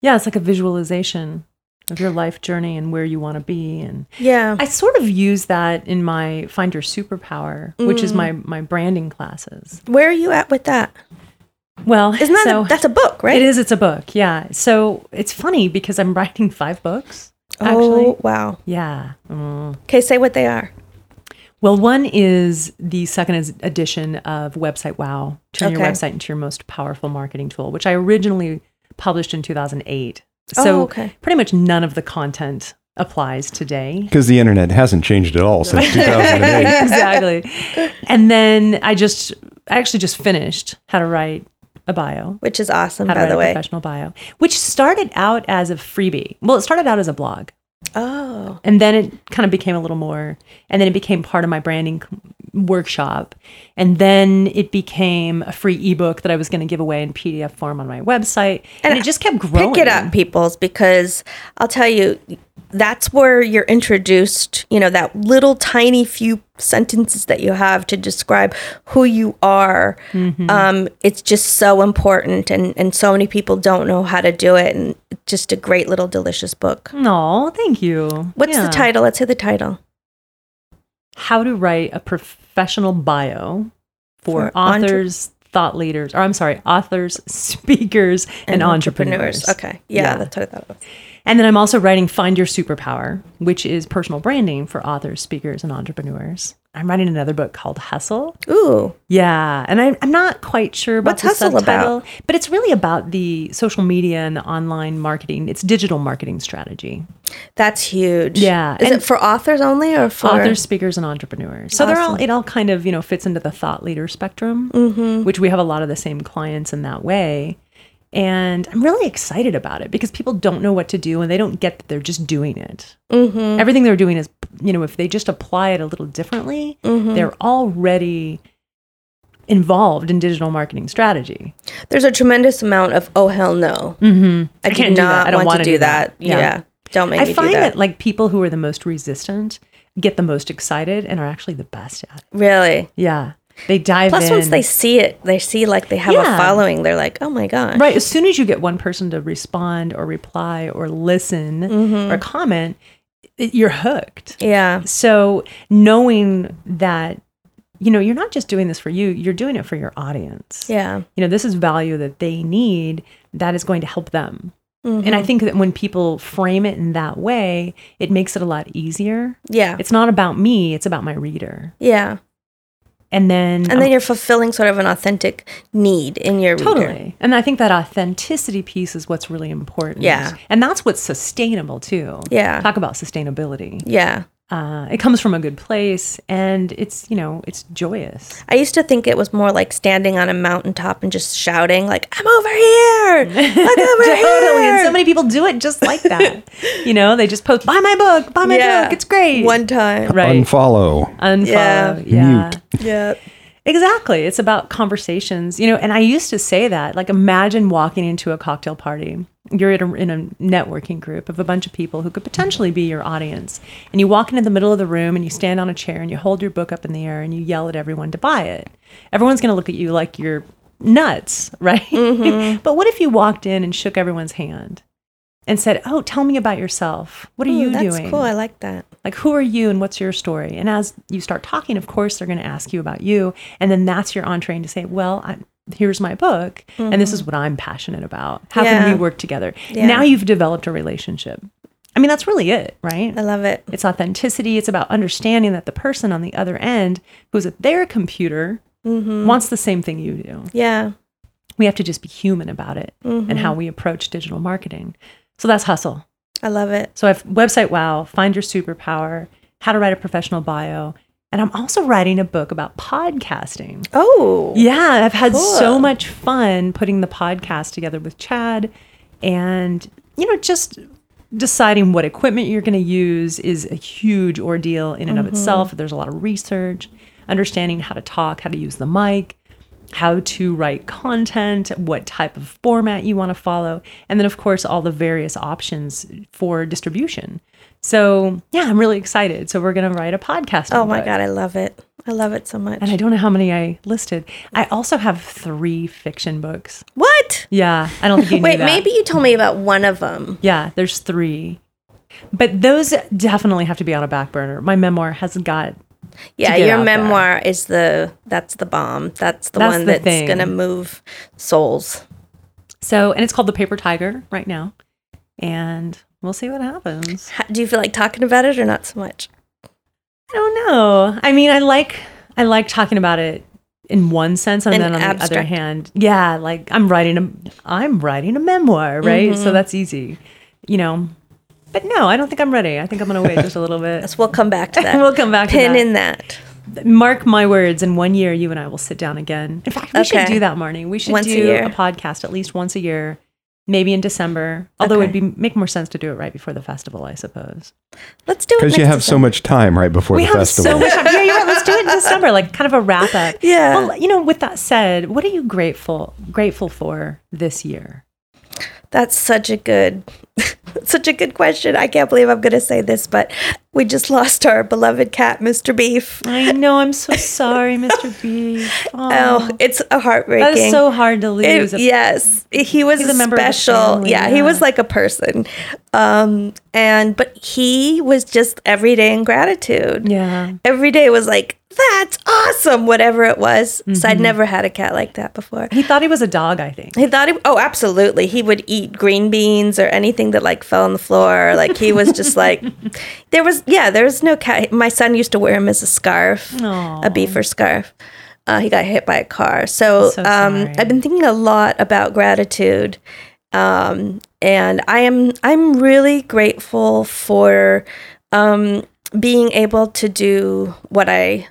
Yeah. It's like a visualization of your life journey and where you want to be and
yeah
I sort of use that in my find your superpower, which is my my branding classes.
where are you at with that
Well,
isn't that
so-
a, that's a book right
It is. It's a book. Yeah. So it's funny because I'm writing five books. Actually.
oh wow
Yeah. Mm.
okay say what they are
Well, one is the second is- edition of Website Wow. Turn your
Okay.
website into your most powerful marketing tool, which I originally published in 2008. So
Oh, okay.
pretty much none of the content applies today.
because the internet hasn't changed at all since 2008.
exactly. And then I just, I actually just finished how to write a bio.
which is awesome,
How to
by
write
the
a
way.
professional bio, which started out as a freebie. Well, it started out as a blog,
Oh,
and then it kind of became a little more, and then it became part of my branding c- workshop, and then it became a free ebook that I was going to give away in PDF form on my website, and, it just kept growing.
pick it up, peoples, because I'll tell you, that's where you're introduced, you know, that little tiny few sentences that you have to describe who you are.
Mm-hmm.
Um, it's just so important, and, and so many people don't know how to do it. And it's just a great little delicious book.
No, thank you.
What's
Yeah.
the title? Let's hear the title.
How to write a professional bio for,
For entre-
authors, thought leaders, or I'm sorry, authors, speakers, and, entrepreneurs.
Okay. Yeah,
Yeah.
that's what I thought it was.
And then I'm also writing Find Your Superpower, which is personal branding for authors, speakers, and entrepreneurs. I'm writing another book called Hustle.
Ooh.
Yeah. And I'm, I'm not quite sure about
What's
the
Hustle about?
subtitle, but it's really about the social media and online marketing. It's digital marketing strategy.
That's huge.
Yeah,
Is
and-
it for authors only or for
authors, speakers, and entrepreneurs. So they're all it all kind of you know fits into the thought leader spectrum,
Mm-hmm.
which we have a lot of the same clients in that way. And I'm really excited about it because people don't know what to do and they don't get that they're just doing it.
Mm-hmm.
Everything they're doing is you know if they just apply it a little differently,
Mm-hmm.
they're already involved in digital marketing strategy.
There's a tremendous amount of oh hell no. Mm-hmm. I, do
can't do that.
not
I don't
want
wanna
to
do
do that.
that. Yeah.
Yeah. Don't make
I
me
find
do
that
that.
like people who are the most resistant get the most excited and are actually the best at it.
Really.
Yeah. They dive
Plus,
in.
once they see it, they see like they have
Yeah.
a following. They're like, oh my gosh.
Right. As soon as you get one person to respond or reply or listen
Mm-hmm.
or comment, it- you're hooked.
Yeah.
So knowing that, you know, you're not just doing this for you, you're doing it for your audience.
Yeah.
You know, this is value that they need that is going to help them. And
Mm-hmm.
I think that when people frame it in that way, it makes it a lot easier.
Yeah.
It's not about me, it's about my reader.
Yeah.
And then
And then you're fulfilling sort of an authentic need in your reader.
Totally. And I think that authenticity piece is what's really important.
Yeah.
And that's what's sustainable too.
Yeah.
Talk about sustainability.
Yeah.
Uh, it comes from a good place and it's, you know, it's joyous.
I used to think it was more like standing on a mountaintop and just shouting, like, I'm over here. Look over
Totally.
here.
And so many people do it just like that. you know, they just post, buy my book, buy my
Yeah.
book. It's great.
One time.
right.
Unfollow.
Unfollow. Yeah.
Yeah.
Mute.
Yeah.
Exactly. It's about conversations, you know. And I used to say that, like, imagine walking into a cocktail party. You're in a, in a networking group of a bunch of people who could potentially be your audience, and you walk into the middle of the room and you stand on a chair and you hold your book up in the air and you yell at everyone to buy it. Everyone's going to look at you like you're nuts, right?
Mm-hmm.
but what if you walked in and shook everyone's hand and said, "Oh, tell me about yourself. What are
Ooh,
you
Oh, that's
doing?
cool. I like that.
like who are you and what's your story and as you start talking of course they're going to ask you about you and then that's your entree into say well i here's my book and this is what i'm passionate about how can
Mm-hmm. Yeah.
we work together
Yeah.
now you've developed a relationship i mean that's really it right
I love it.
it's authenticity it's about understanding that the person on the other end who's at their computer
Mm-hmm.
wants the same thing you do
Yeah.
we have to just be human about it and
Mm-hmm.
how we approach digital marketing so that's hustle
I love it.
so I have website wow, find your superpower, how to write a professional bio, and I'm also writing a book about podcasting.
Oh.
Yeah, I've had so
Cool.
much fun putting the podcast together with Chad and you know just deciding what equipment you're going to use is a huge ordeal in and
Mm-hmm.
of itself. There's a lot of research, understanding how to talk, how to use the mic, how to write content, what type of format you want to follow, and then of course all the various options for distribution. So, yeah, I'm really excited. So we're going to write a podcast.
Oh my
book.
God. I love it. I love it so much.
And I don't know how many I listed. I also have three fiction books.
what?
Yeah, I don't think you knew
Wait,
that.
maybe you told me about one of them.
Yeah, there's three, but those definitely have to be on a back burner. My memoir has got
Yeah,
get
your
out there.
memoir is the that's the bomb. That's the
That's
one
the
that's
thing.
gonna move souls.
so, and it's called The Paper Tiger right now, and we'll see what happens.
How, do you feel like talking about it or not so much?
I don't know. I mean, I like I like talking about it in one sense, and
An
then on the other
abstract.
Mm-hmm. hand, yeah, like I'm writing a I'm writing a memoir, right? So that's easy. you know. But no, I don't think I'm ready. I think I'm going to wait just a little bit.
So we'll come back to that.
We'll come back to
Pin
that.
in that.
Mark my words, in one year, you and I will sit down again. In fact, we should
Okay.
do that, Marnie. We should
Once a
do
year.
a, podcast at least once a year, maybe in December. Although
Okay.
it'd be make more sense to do it right before the festival, I suppose.
Let's do it.
Because you
next
have so
December.
much time right before
we
the
have
festival.
so much time. Yeah, you're right. Let's do it in December, like kind of a wrap up.
Yeah.
Well, you know, with that said, what are you grateful grateful for this year?
That's such a good, such a good question. I can't believe I'm going to say this, but we just lost our beloved cat, Mr. Beef.
I know. I'm so sorry, Mr. B.
Oh, it's a heartbreaking.
that is so hard to
It-
lose.
yes, he was
he's
a
a member of the
special.
family,
yeah, he
yeah.
was like a person. Um, and but he was just every day in gratitude.
yeah.
Every day was like, "That's awesome," whatever it was. So
Mm-hmm.
I'd never had a cat like that before.
He thought he was a dog. I think.
He thought he, oh, absolutely. He would eat green beans or anything that like fell on the floor. Like he was just like, there was, yeah, there was no cat. My son used to wear him as a scarf,
Aw.
a beaver scarf. Uh, he got hit by a car. So,
So
um,
sorry.
I've been thinking a lot about gratitude. Um, and I am, I'm really grateful for, um, being able to do what I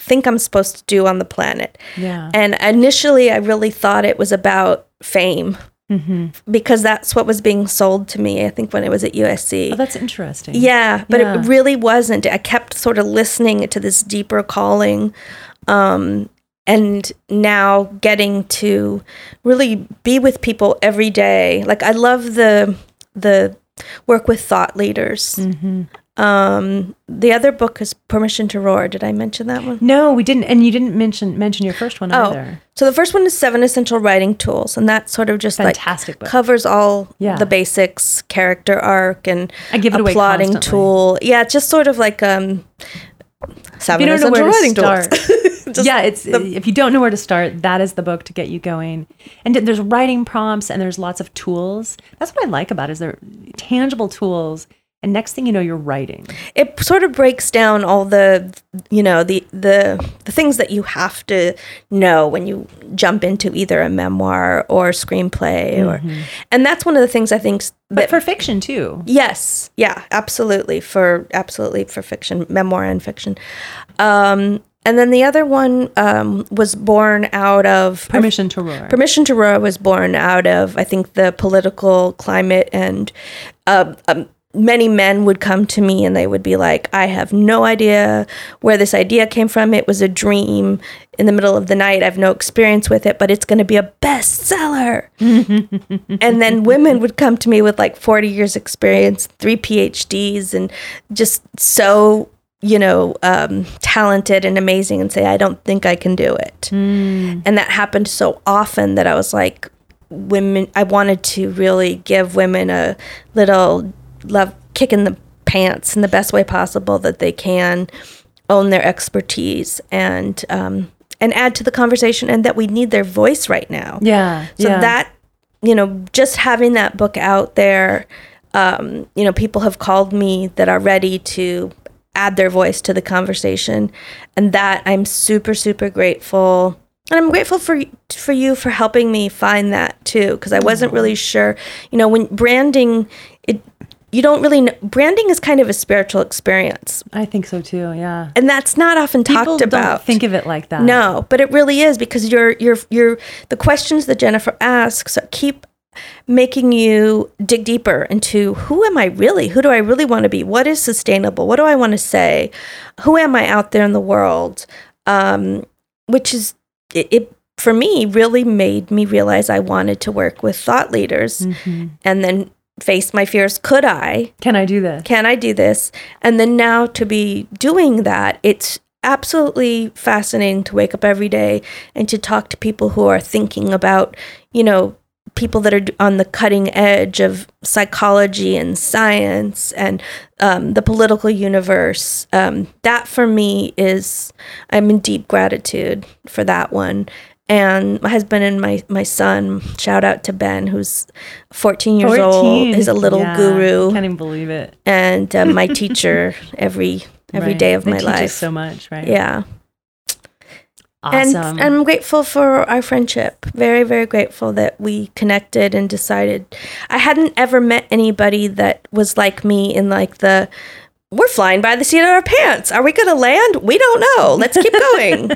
think I'm supposed to do on the planet.
Yeah.
And initially, I really thought it was about fame
hmm
because that's what was being sold to me, I think, when I was at
Oh,
USC.
that's interesting.
Yeah, but
Yeah.
it really wasn't. I kept sort of listening to this deeper calling. Um, and now getting to really be with people every day. Like, I love the, the, work with thought leaders
hmm
um the other book is permission to roar did i mention that one
No, we didn't, and you didn't mention mention your first one
Oh,
either.
So the first one is seven essential writing tools, and that sort of just
Fantastic book.
like covers all
Yeah.
the basics, character arc, and
I give it
a
away
plotting
constantly.
tool. Yeah, it's just sort of like um,
If you
seven
don't know
essential
where to
writing
start,
tools.
yeah, it's if you don't know where to start, that is the book to get you going. And there's writing prompts and there's lots of tools. That's what I like about it, is there tangible tools. And next thing you know, you're writing.
It sort of breaks down all the you know the the the things that you have to know when you jump into either a memoir or screenplay
Mm-hmm.
or, and that's one of the things I think s-
But
that
for fiction too.
Yes. Yeah. Absolutely. For absolutely for fiction, memoir and fiction. Um, and then the other one um, was born out of
Permission to roar.
Permission to Roar was born out of I think the political climate and uh, um, many men would come to me and they would be like, I have no idea where this idea came from. It was a dream in the middle of the night. I have no experience with it, but it's going to be a bestseller and then women would come to me with like 40 years experience three phds and just so you know um, talented and amazing and say i don't think i can do it and that happened so often that i was like women i wanted to really give women a little love kick in the pants in the best way possible that they can own their expertise and um, and add to the conversation and that we need their voice right now
yeah.
so
yeah.
that, you know, just having that book out there, um, you know, people have called me that are ready to add their voice to the conversation, and that I'm super super grateful. And I'm grateful for y- for you for helping me find that too, because I wasn't really
Mm-hmm.
sure. You know, when branding, it you don't really know. Branding is kind of a spiritual experience,
I think so too. Yeah.
and that's not often talked
People
about.
don't think of it like that.
No, but it really is because you're you're you're the questions that Jennifer asks keep making you dig deeper into who am I really? Who do I really want to be? What is sustainable? What do I want to say? Who am I out there in the world? Um, which is it, it for me really made me realize I wanted to work with thought leaders
Mm.
and then face my fears. Could I?
Mm-hmm. Can I do this?
can I do this? And then now to be doing that, it's absolutely fascinating to wake up every day and to talk to people who are thinking about, you know, people that are d- on the cutting edge of psychology and science and um, the political universe. Um, that for me is, I'm in deep gratitude for that one. And my husband and my, my son, shout out to Ben, who's 14 years old,
14.
is a little
Yeah.
guru
Can't even believe it.
and uh, my teacher every every day
Right.
of
They
my
teach us
life.
so much, right?
yeah, And I'm grateful for our friendship. Very, very grateful that we connected and decided. I hadn't ever met anybody that was like me in like the we're flying by the seat of our pants. Are we going to land? We don't know. Let's keep going.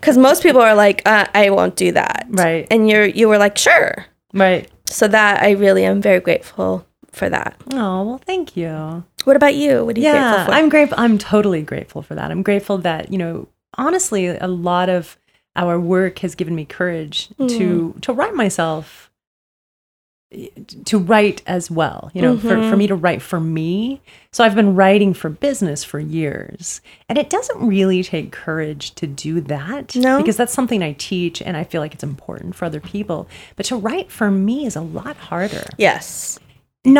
Cuz most people are like, uh, I won't do that.
Right.
And you're you were like, sure.
right.
So that I really am very grateful for that.
Oh, well, thank you.
What about you? What are you
yeah,
grateful for?
I'm grateful. I'm totally grateful for that. I'm grateful that you know, honestly, a lot of our work has given me courage
Mm-hmm.
to to write myself, eh, to write as well. You know, for,
Mm-hmm.
for me to write for me. So I've been writing for business for years, and it doesn't really take courage to do that.
No?
because that's something I teach, and I feel like it's important for other people. But to write for me is a lot harder
yes.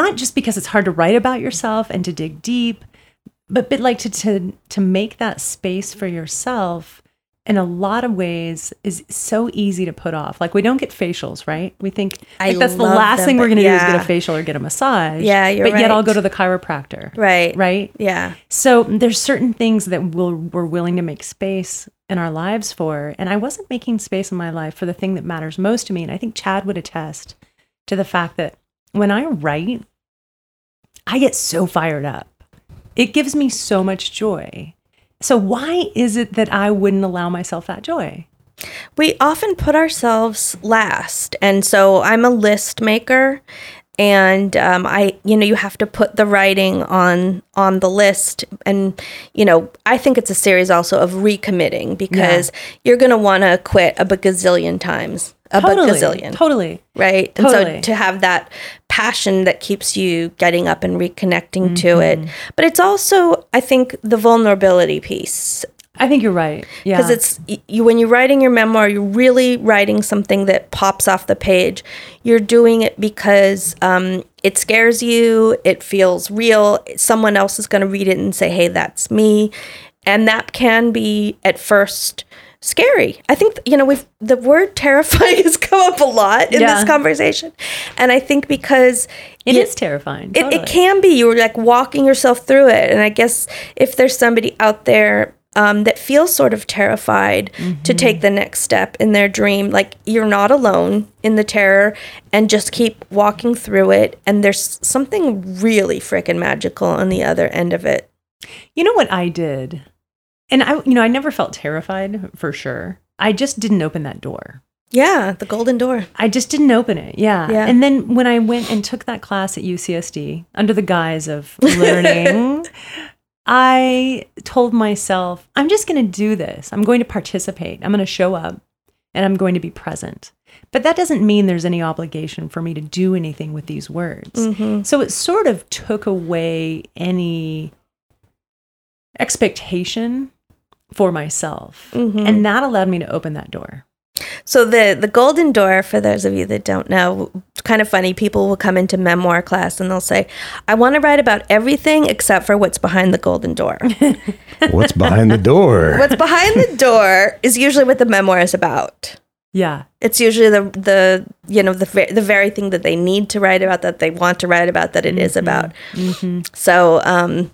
not just because it's hard to write about yourself and to dig deep, but but like to to to make that space for yourself in a lot of ways is so easy to put off. Like we don't get facials, right? We think
I
like, that's the
love
last
them,
thing we're
but
going to do is get
yeah.
a facial or get a massage.
Yeah, you're
But yet I'll
right.
go to the chiropractor.
Right.
Right?
Yeah.
So there's certain things that we'll, we're willing to make space in our lives for, and I wasn't making space in my life for the thing that matters most to me. And I think Chad would attest to the fact that when I write, I get so fired up. It gives me so much joy. So why is it that I wouldn't allow myself that joy?
we often put ourselves last and so i'm a list maker and um, i you know you have to put the writing on on the list and you know i think it's a series also of recommitting because you're going to want to quit a gazillion times a gazillion
Totally.
right?
Totally.
And so to have that passion that keeps you getting up and reconnecting to
Mm-hmm.
it. But it's also, I think, the vulnerability piece
I think you're right. Yeah.
because it's y- you when you're writing your memoir you're really writing something that pops off the page you're doing it because um, it scares you it feels real someone else is going to read it and say hey that's me and that can be at first scary i think you know we've the word terrifying has come up a lot in
Yeah.
this conversation and i think because
It
y-
is terrifying.
it,
totally.
it can be you were like walking yourself through it and i guess if there's somebody out there um, that feels sort of terrified to take the next step in their dream like you're not alone in the terror and just keep walking through it and there's something really freaking magical on the other end of it
You know what I did? And I, you know, I never felt terrified for sure. I just didn't open that door.
yeah the golden door
I just didn't open it. Yeah.
Yeah.
And then when I went and took that class at UCSD under the guise of learning, I told myself, I'm just going to do this. I'm going to participate. I'm going to show up and I'm going to be present. But that doesn't mean there's any obligation for me to do anything with these words. So it sort of took away any expectation for myself. And that allowed me to open that door.
So the the golden door, for those of you that don't know, it's kind of funny. People will come into memoir class and they'll say, "I want to write about everything except for what's behind the golden door."
What's behind the door?
what's behind the door is usually what the memoir is about.
Yeah.
It's usually the the you know the ve- the very thing that they need to write about, that they want to write about, that it
Mm-hmm.
is about. So um,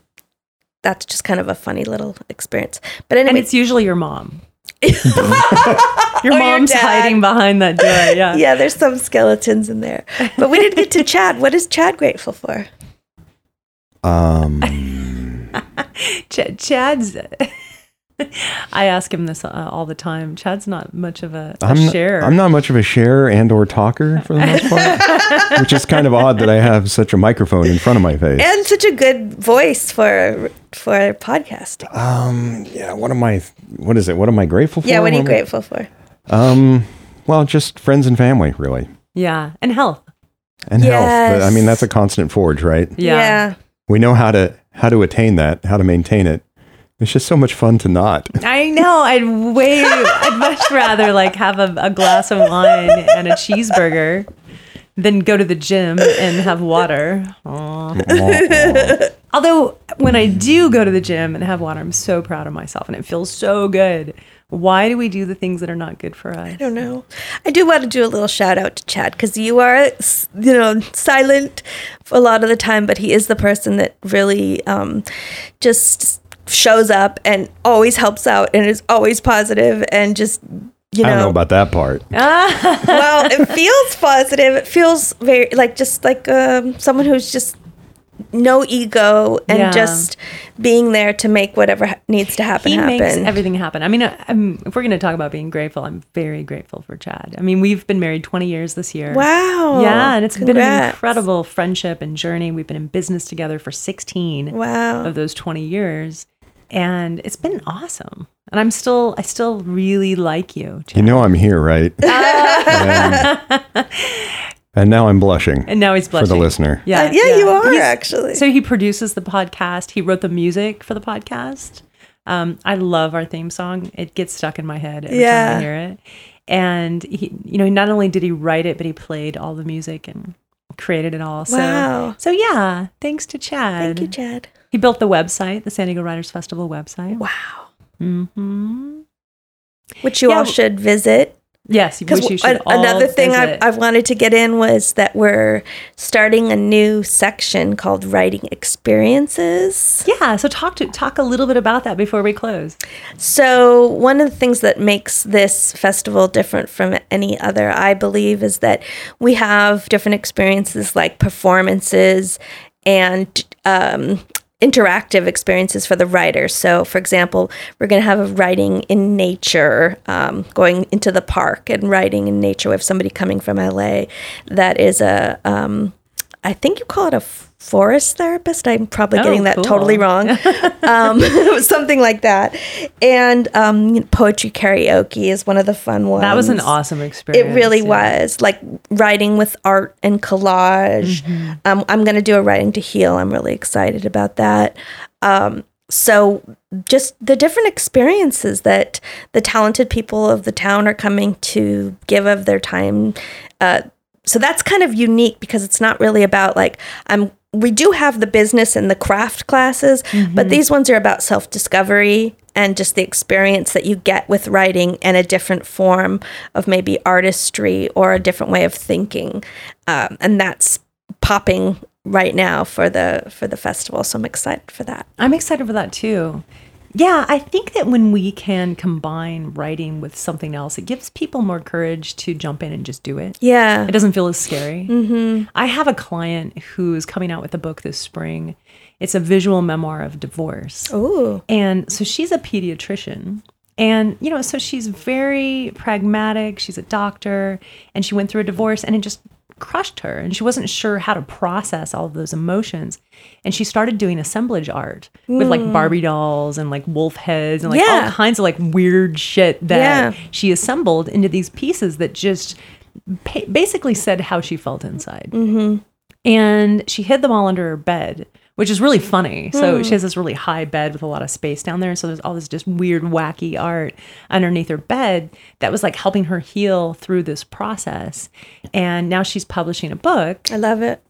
that's just kind of a funny little experience. But
And
anyway,
it's usually your mom. your mom's
dad.
hiding behind that door. Yeah.
yeah, there's some skeletons in there. But we didn't get to Chad. What is Chad grateful for?
Um,
Ch- Chad's. I ask him this uh, all the time. Chad's not much of a, a
I'm not,
sharer.
I'm not much of a sharer and or talker for the most part, which is kind of odd that I have such a microphone in front of my face.
and such a good voice for for podcasting.
Um, yeah, what am I? What is it? What am I grateful for?
yeah, what are
Oh.
you
Am I-
grateful for?
Um, well, just friends and family, really,
yeah. And health.
and health. But, I mean,
Yes.
that's a constant forge, right?
Yeah.
We know how to how to attain that, how to maintain it. It's just so much fun to not.
I know. I'd way, I'd much rather like have a, a glass of wine and a cheeseburger than go to the gym and have water. Aw. Although when I do go to the gym and have water, I'm so proud of myself and it feels so good. Why do we do the things that are not good for us?
I don't know. I do want to do a little shout out to Chad because you are, s- you know, silent a lot of the time, but he is the person that really um, just shows up and always helps out and is always positive and just you know,
I don't know about that part.
well, it feels positive. It feels very like just like um, someone who's just no ego and
Yeah.
just being there to make whatever ha- needs to happen
he
happen.
makes everything happen. I mean, I, I'm, if we're going to talk about being grateful, I'm very grateful for Chad. I mean, we've been married 20 years this year.
wow.
Yeah, and it's been an
Congrats.
incredible friendship and journey. We've been in business together for 16
Wow.
of those 20 years, and it's been awesome. And I'm still, I still really like you. Chad.
You know I'm here, right? and, and now I'm blushing
and now he's
for
blushing.
the listener.
Yeah,
Uh, yeah, you are
He's-
actually.
So he produces the podcast. He wrote the music for the podcast. Um, I love our theme song. It gets stuck in my head every time
Yeah.
I hear it. And he, you know, not only did he write it, but he played all the music and created it all. So,
Wow.
so yeah, thanks to Chad.
Thank you, Chad.
He built the website, the San Diego Writers Festival website.
Wow.
hmm
Which you
Yeah,
all
w-
should visit.
Yes, which you
Because
should. all
another thing I,
visit.
I wanted to get in was that we're starting a new section called Writing Experiences.
yeah. So talk to talk a little bit about that before we close.
So, one of the things that makes this festival different from any other, I believe, is that we have different experiences like performances and um, interactive experiences for the writers. So, for example, we're going to have a writing in nature, um, going into the park and writing in nature. We have somebody coming from LA that is a, um, I think you call it a f- forest therapist. I'm probably
Oh,
getting that
cool.
totally wrong um, something like that. And um, poetry karaoke is one of the fun ones.
That was an awesome
It
experience.
really
yeah.
was like writing with art and collage.
Mm-hmm.
Um, I'm going to do a writing to heal. I'm really excited about that. Um, so, just the different experiences that the talented people of the town are coming to give of their time. Uh, so that's kind of unique because it's not really about like I'm. We do have the business and the craft classes, but these ones are about self discovery and just the experience that you get with writing and a different form of maybe artistry or a different way of thinking, um, and that's popping right now for the for the festival. So I'm excited for that.
I'm excited for that too. Yeah, I think that when we can combine writing with something else, it gives people more courage to jump in and just do it.
Yeah.
It doesn't feel as scary. Mm-hmm. I have a client who's coming out with a book this spring. It's a visual memoir of divorce.
Ooh.
And so she's a pediatrician. And, you know, so she's very pragmatic. She's a doctor and she went through a divorce and it just crushed her. And she wasn't sure how to process all of those emotions. And she started doing assemblage art with like Barbie dolls and like wolf heads and like
Mm. Yeah.
all kinds of like weird shit that
Yeah.
she assembled into these pieces that just pa- basically said how she felt inside and she hid them all under her bed, which is really funny. So she has this really high bed with a lot of space down there. So there's all this just weird, wacky art underneath her bed that was like helping her heal through this process. And now she's publishing a book
I love it.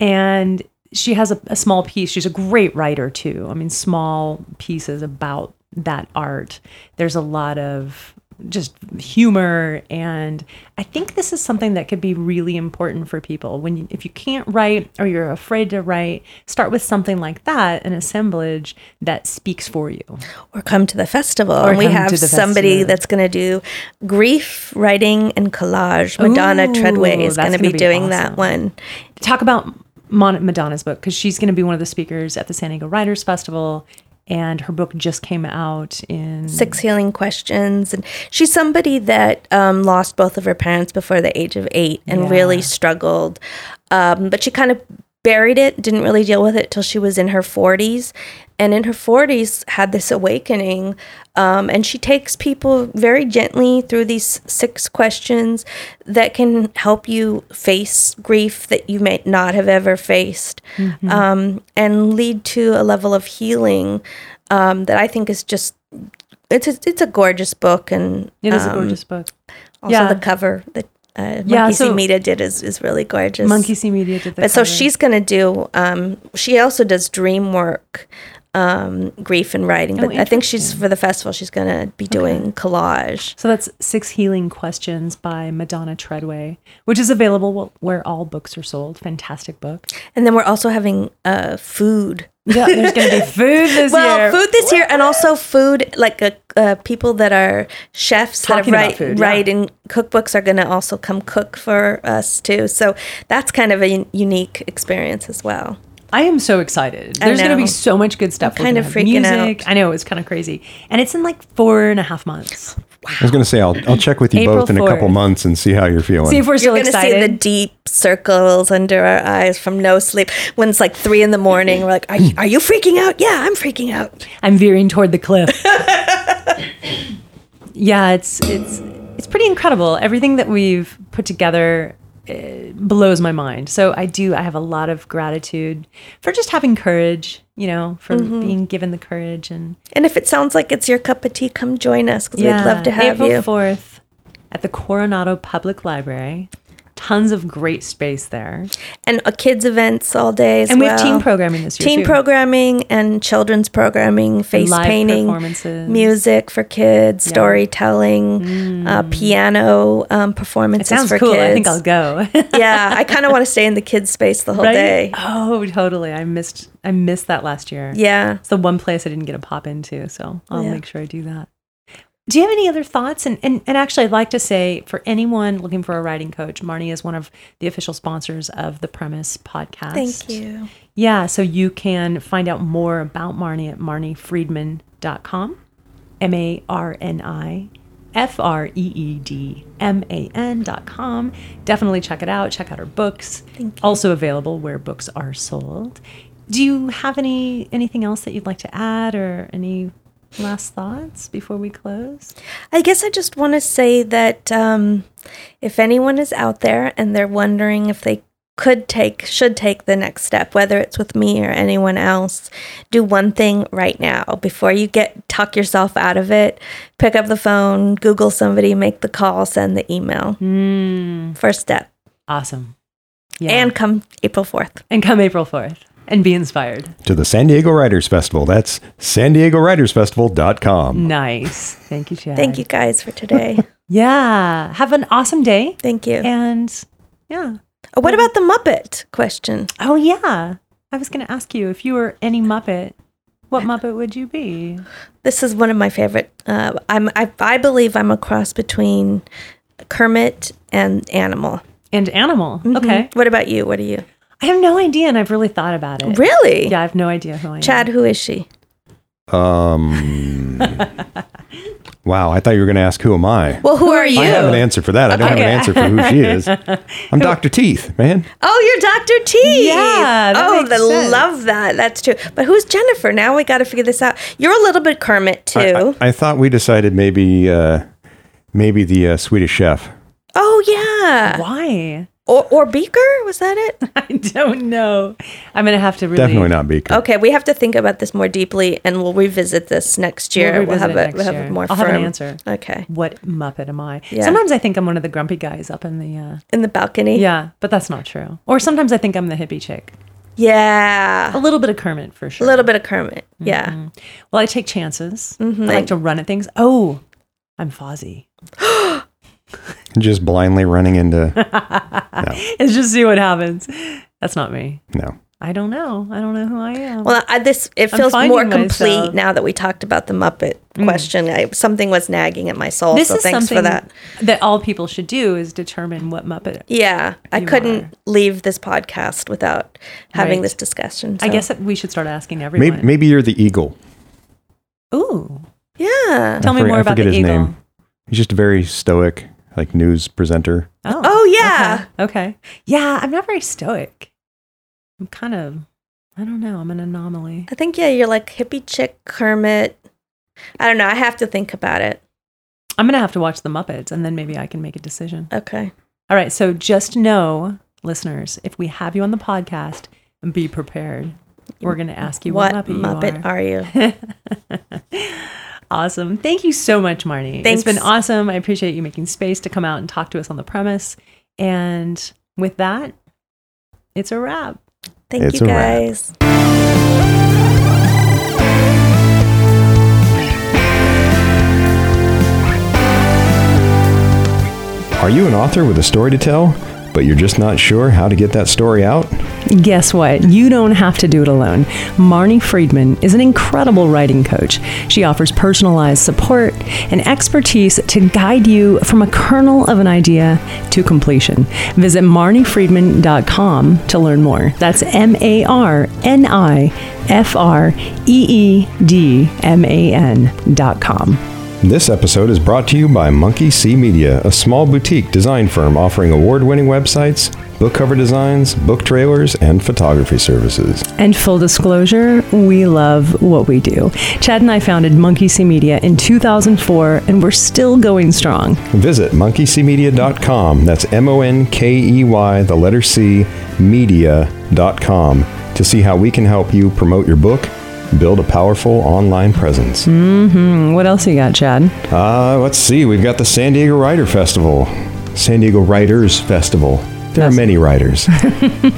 and she has a, a small piece. She's a great writer too. I mean, small pieces about that art. There's a lot of just humor, and I think this is something that could be really important for people. When you, if you can't write or you're afraid to write, start with something like that, an assemblage that speaks for you.
or come to the festival. and we
come
have
to the
somebody
festival.
that's going to do grief writing and collage. Madonna
Ooh,
Treadway is
that's
going to
gonna
be
be
doing that
awesome.
one.
Talk about Mon- Madonna's book because she's going to be one of the speakers at the San Diego Writers Festival, and her book just came out in
Six healing questions, and she's somebody that um, lost both of her parents before the age of eight and really struggled. Um, but she kind of buried it, didn't really deal with it till she was in her forties, and in her forties had this awakening. Um, and she takes people very gently through these six questions that can help you face grief that you may not have ever faced um, and lead to a level of healing um, that I think is just. It's a, it's a gorgeous book, and
It is a
um,
gorgeous book.
Also,
yeah.
the cover that uh,
Yeah,
Monkey See
so-
Media did is, is really gorgeous.
Monkey See Media did the
But so
cover.
she's going to do, um, she also does dream work, um, grief and writing.
Oh,
But I think she's, for the festival, she's going to be doing collage.
So that's Six Healing Questions by Madonna Treadway, which is available wh- where all books are sold. Fantastic book.
And then we're also having uh, food
Yeah, there's going to be food this
well,
year.
food this year, and also food like uh, uh, people that are chefs
Talking about
that write
food, yeah.
write in cookbooks are going to also come cook for us too. So that's kind of a un- unique experience as well.
I am so excited.
I
There's going to
know.
be so much good stuff. We're
kind
gonna
of
have
freaking
music. I know it's kind of crazy, and it's in like four and a half months.
I was going to say, I'll, I'll check with you
April
both in a couple
4th.
months and see how you're feeling.
See if we're still
You're going to see the
excited.
deep circles under our eyes from no sleep. When it's like three in the morning, we're like, "Are you, are you freaking out? Yeah, I'm freaking out."
I'm veering toward the cliff. yeah, it's it's it's pretty incredible. Everything that we've put together uh, blows my mind. So I do. I have a lot of gratitude for just having courage. You know, for
Mm-hmm.
being given the courage and
And if it sounds like it's your cup of tea, come join us because we'd love to have
April
you.
4th at the Coronado Public Library. Tons of great space there.
and uh, kids events all day as
And we have
well.
teen programming this year,
Teen
too.
programming and children's programming, face
live
painting,
performances.
music for kids, storytelling, uh, piano um, performances
It Mm. sounds
for
cool.
kids.
I think I'll go.
yeah, I kind of want to stay in the kids' space the whole
Right?
day.
Oh, totally. I missed I missed that last year.
Yeah.
It's the one place I didn't get a pop into, so I'll
Yeah.
make sure I do that. Do you have any other thoughts? And, and and actually I'd like to say for anyone looking for a writing coach, Marnie is one of the official sponsors of the Premise podcast.
Thank you.
Yeah, so you can find out more about Marnie at marniefriedman.com. M A R N I F R E E D M A N.com. Definitely check it out. Check out her books. Also available where books are sold. Do you have any anything else that you'd like to add or any last thoughts before we close?
I guess I just want to say that um, if anyone is out there and they're wondering if they could take, should take the next step, whether it's with me or anyone else, do one thing right now before you get talk yourself out of it. Pick up the phone, Google somebody, make the call, send the email.
Mm-hmm.
First step,
Awesome. Yeah.
Hmm, and come April fourth.
and come April 4th and be inspired.
to the San Diego Writers Festival. That's san diego writers festival.com.
Nice. Thank you, Chad.
Thank you guys for today.
Yeah. Have an awesome day.
Thank you.
And yeah.
Oh, what about the Muppet question?
Oh, yeah. I was going to ask you if you were any Muppet, what Muppet would you be?
This is one of my favorite. Uh, I'm I, I believe I'm a cross between Kermit and Animal. Mm-hmm.
And animal. Okay.
What about you? What are you?
Mm-hmm. I have no idea. And I've really thought about it.
Really?
Yeah. I have no idea who I am.
Chad, who is she?
Mm.
Um, wow, I thought you were going to ask, who am I?
Well, who, are you?
I have an answer for that. I don't have an answer for who she is. I'm Dr. Teeth, man.
oh, you're Dr. T.
Yeah, that
oh,
makes
the
sense.
love that. That's true. But who's Jennifer? Now we got to figure this out. You're a little bit Kermit too.
I, I thought we decided maybe uh, maybe the uh, Swedish chef.
oh yeah.
Why?
Or or Beaker? Was that it?
I don't know. I'm going to have to really.
Definitely not Beaker.
Okay, we have to think about this more deeply, and we'll revisit this next year.
We'll
have
revisit
a
it
we'll
next
have
year.
a more
I'll have an
firm-
answer.
Okay,
What Muppet am I?
Yeah.
Sometimes I think I'm one of the grumpy guys up in the. Uh,
in the balcony.
yeah, but that's not true. Or sometimes I think I'm the hippie chick.
Yeah.
A little bit of Kermit for
A
sure.
little bit of Kermit. Yeah.
Mm-hmm. Well, I take chances.
Mm-hmm.
I like to run at things. Oh, I'm Fozzie.
Just blindly running into.
Let's just see what happens. That's not me.
No.
I don't know. I don't know who I am.
Well, I, this it
I'm
feels more
finding
complete
myself. Mm.
now that we talked about the Muppet question. I, something was nagging at my soul.
this
so
is
thanks
something
for that.
that all people should do is determine what Muppet.
Yeah, I
You
couldn't
are.
leave this podcast without having
Right.
this discussion.
I
so-
guess that we should start asking everyone.
Maybe, maybe you're the eagle.
Ooh,
Yeah.
tell me
forget-
more
I
about the
forget his
eagle.
name. He's just a very stoic, like news presenter.
Oh,
Oh, yeah.
Okay. okay. Yeah, I'm not very stoic. I'm kind of. I don't know. I'm an anomaly.
I think yeah, you're like hippie chick Kermit. I don't know. I have to think about it.
I'm gonna have to watch the Muppets, and then maybe I can make a decision.
Okay.
All right. So just know, listeners, if we have you on the podcast, be prepared. We're going to ask you what,
what
Muppet, you
Muppet
are.
are you?
Awesome. Thank you so much, Marnie.
Thanks.
It's been awesome. I appreciate you making space to come out and talk to us on the premise. And with that, it's a wrap.
Thank
It's
you
a wrap.
guys.
Are you an author with a story to tell? but you're just not sure how to get that story out?
Guess what? You don't have to do it alone. Marnie Friedman is an incredible writing coach. She offers personalized support and expertise to guide you from a kernel of an idea to completion. Visit marniefriedman.com to learn more. That's M A R N I F R E E D M A N.com.
This episode is brought to you by Monkey C Media, a small boutique design firm offering award winning websites, book cover designs, book trailers, and photography services.
And full disclosure, we love what we do. Chad and I founded Monkey C Media in 2004, and we're still going strong.
Visit monkeycmedia.com. That's M O N K E Y, the letter C, media.com to see how we can help you promote your book, build a powerful online presence.
Mm, What else you got, Chad?
Uh, let's see. We've got the San Diego Writer Festival, San Diego Writers Festival. There are
Yes.
many writers,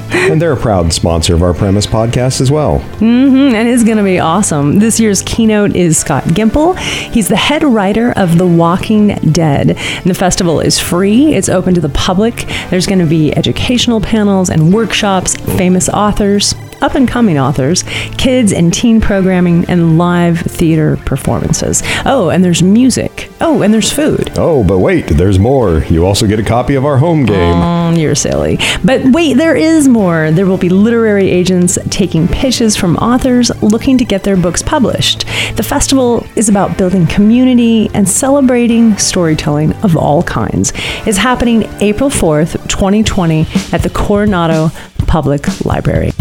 and they're a proud sponsor of our Premise podcast as well.
Mm, and it's going to be awesome. This year's keynote is Scott Gimple. He's the head writer of The Walking Dead. And the festival is free, it's open to the public. There's going to be educational panels and workshops, famous authors, up and coming authors, kids and teen programming, and live theater performances. Oh, and there's music. Oh, and there's food.
Oh, but wait, there's more. You also get a copy of our home game.
Mm, you're silly. But wait, there is more. There will be literary agents taking pitches from authors looking to get their books published. The festival is about building community and celebrating storytelling of all kinds. It's happening April 4th, 2020 at the Coronado Public Library.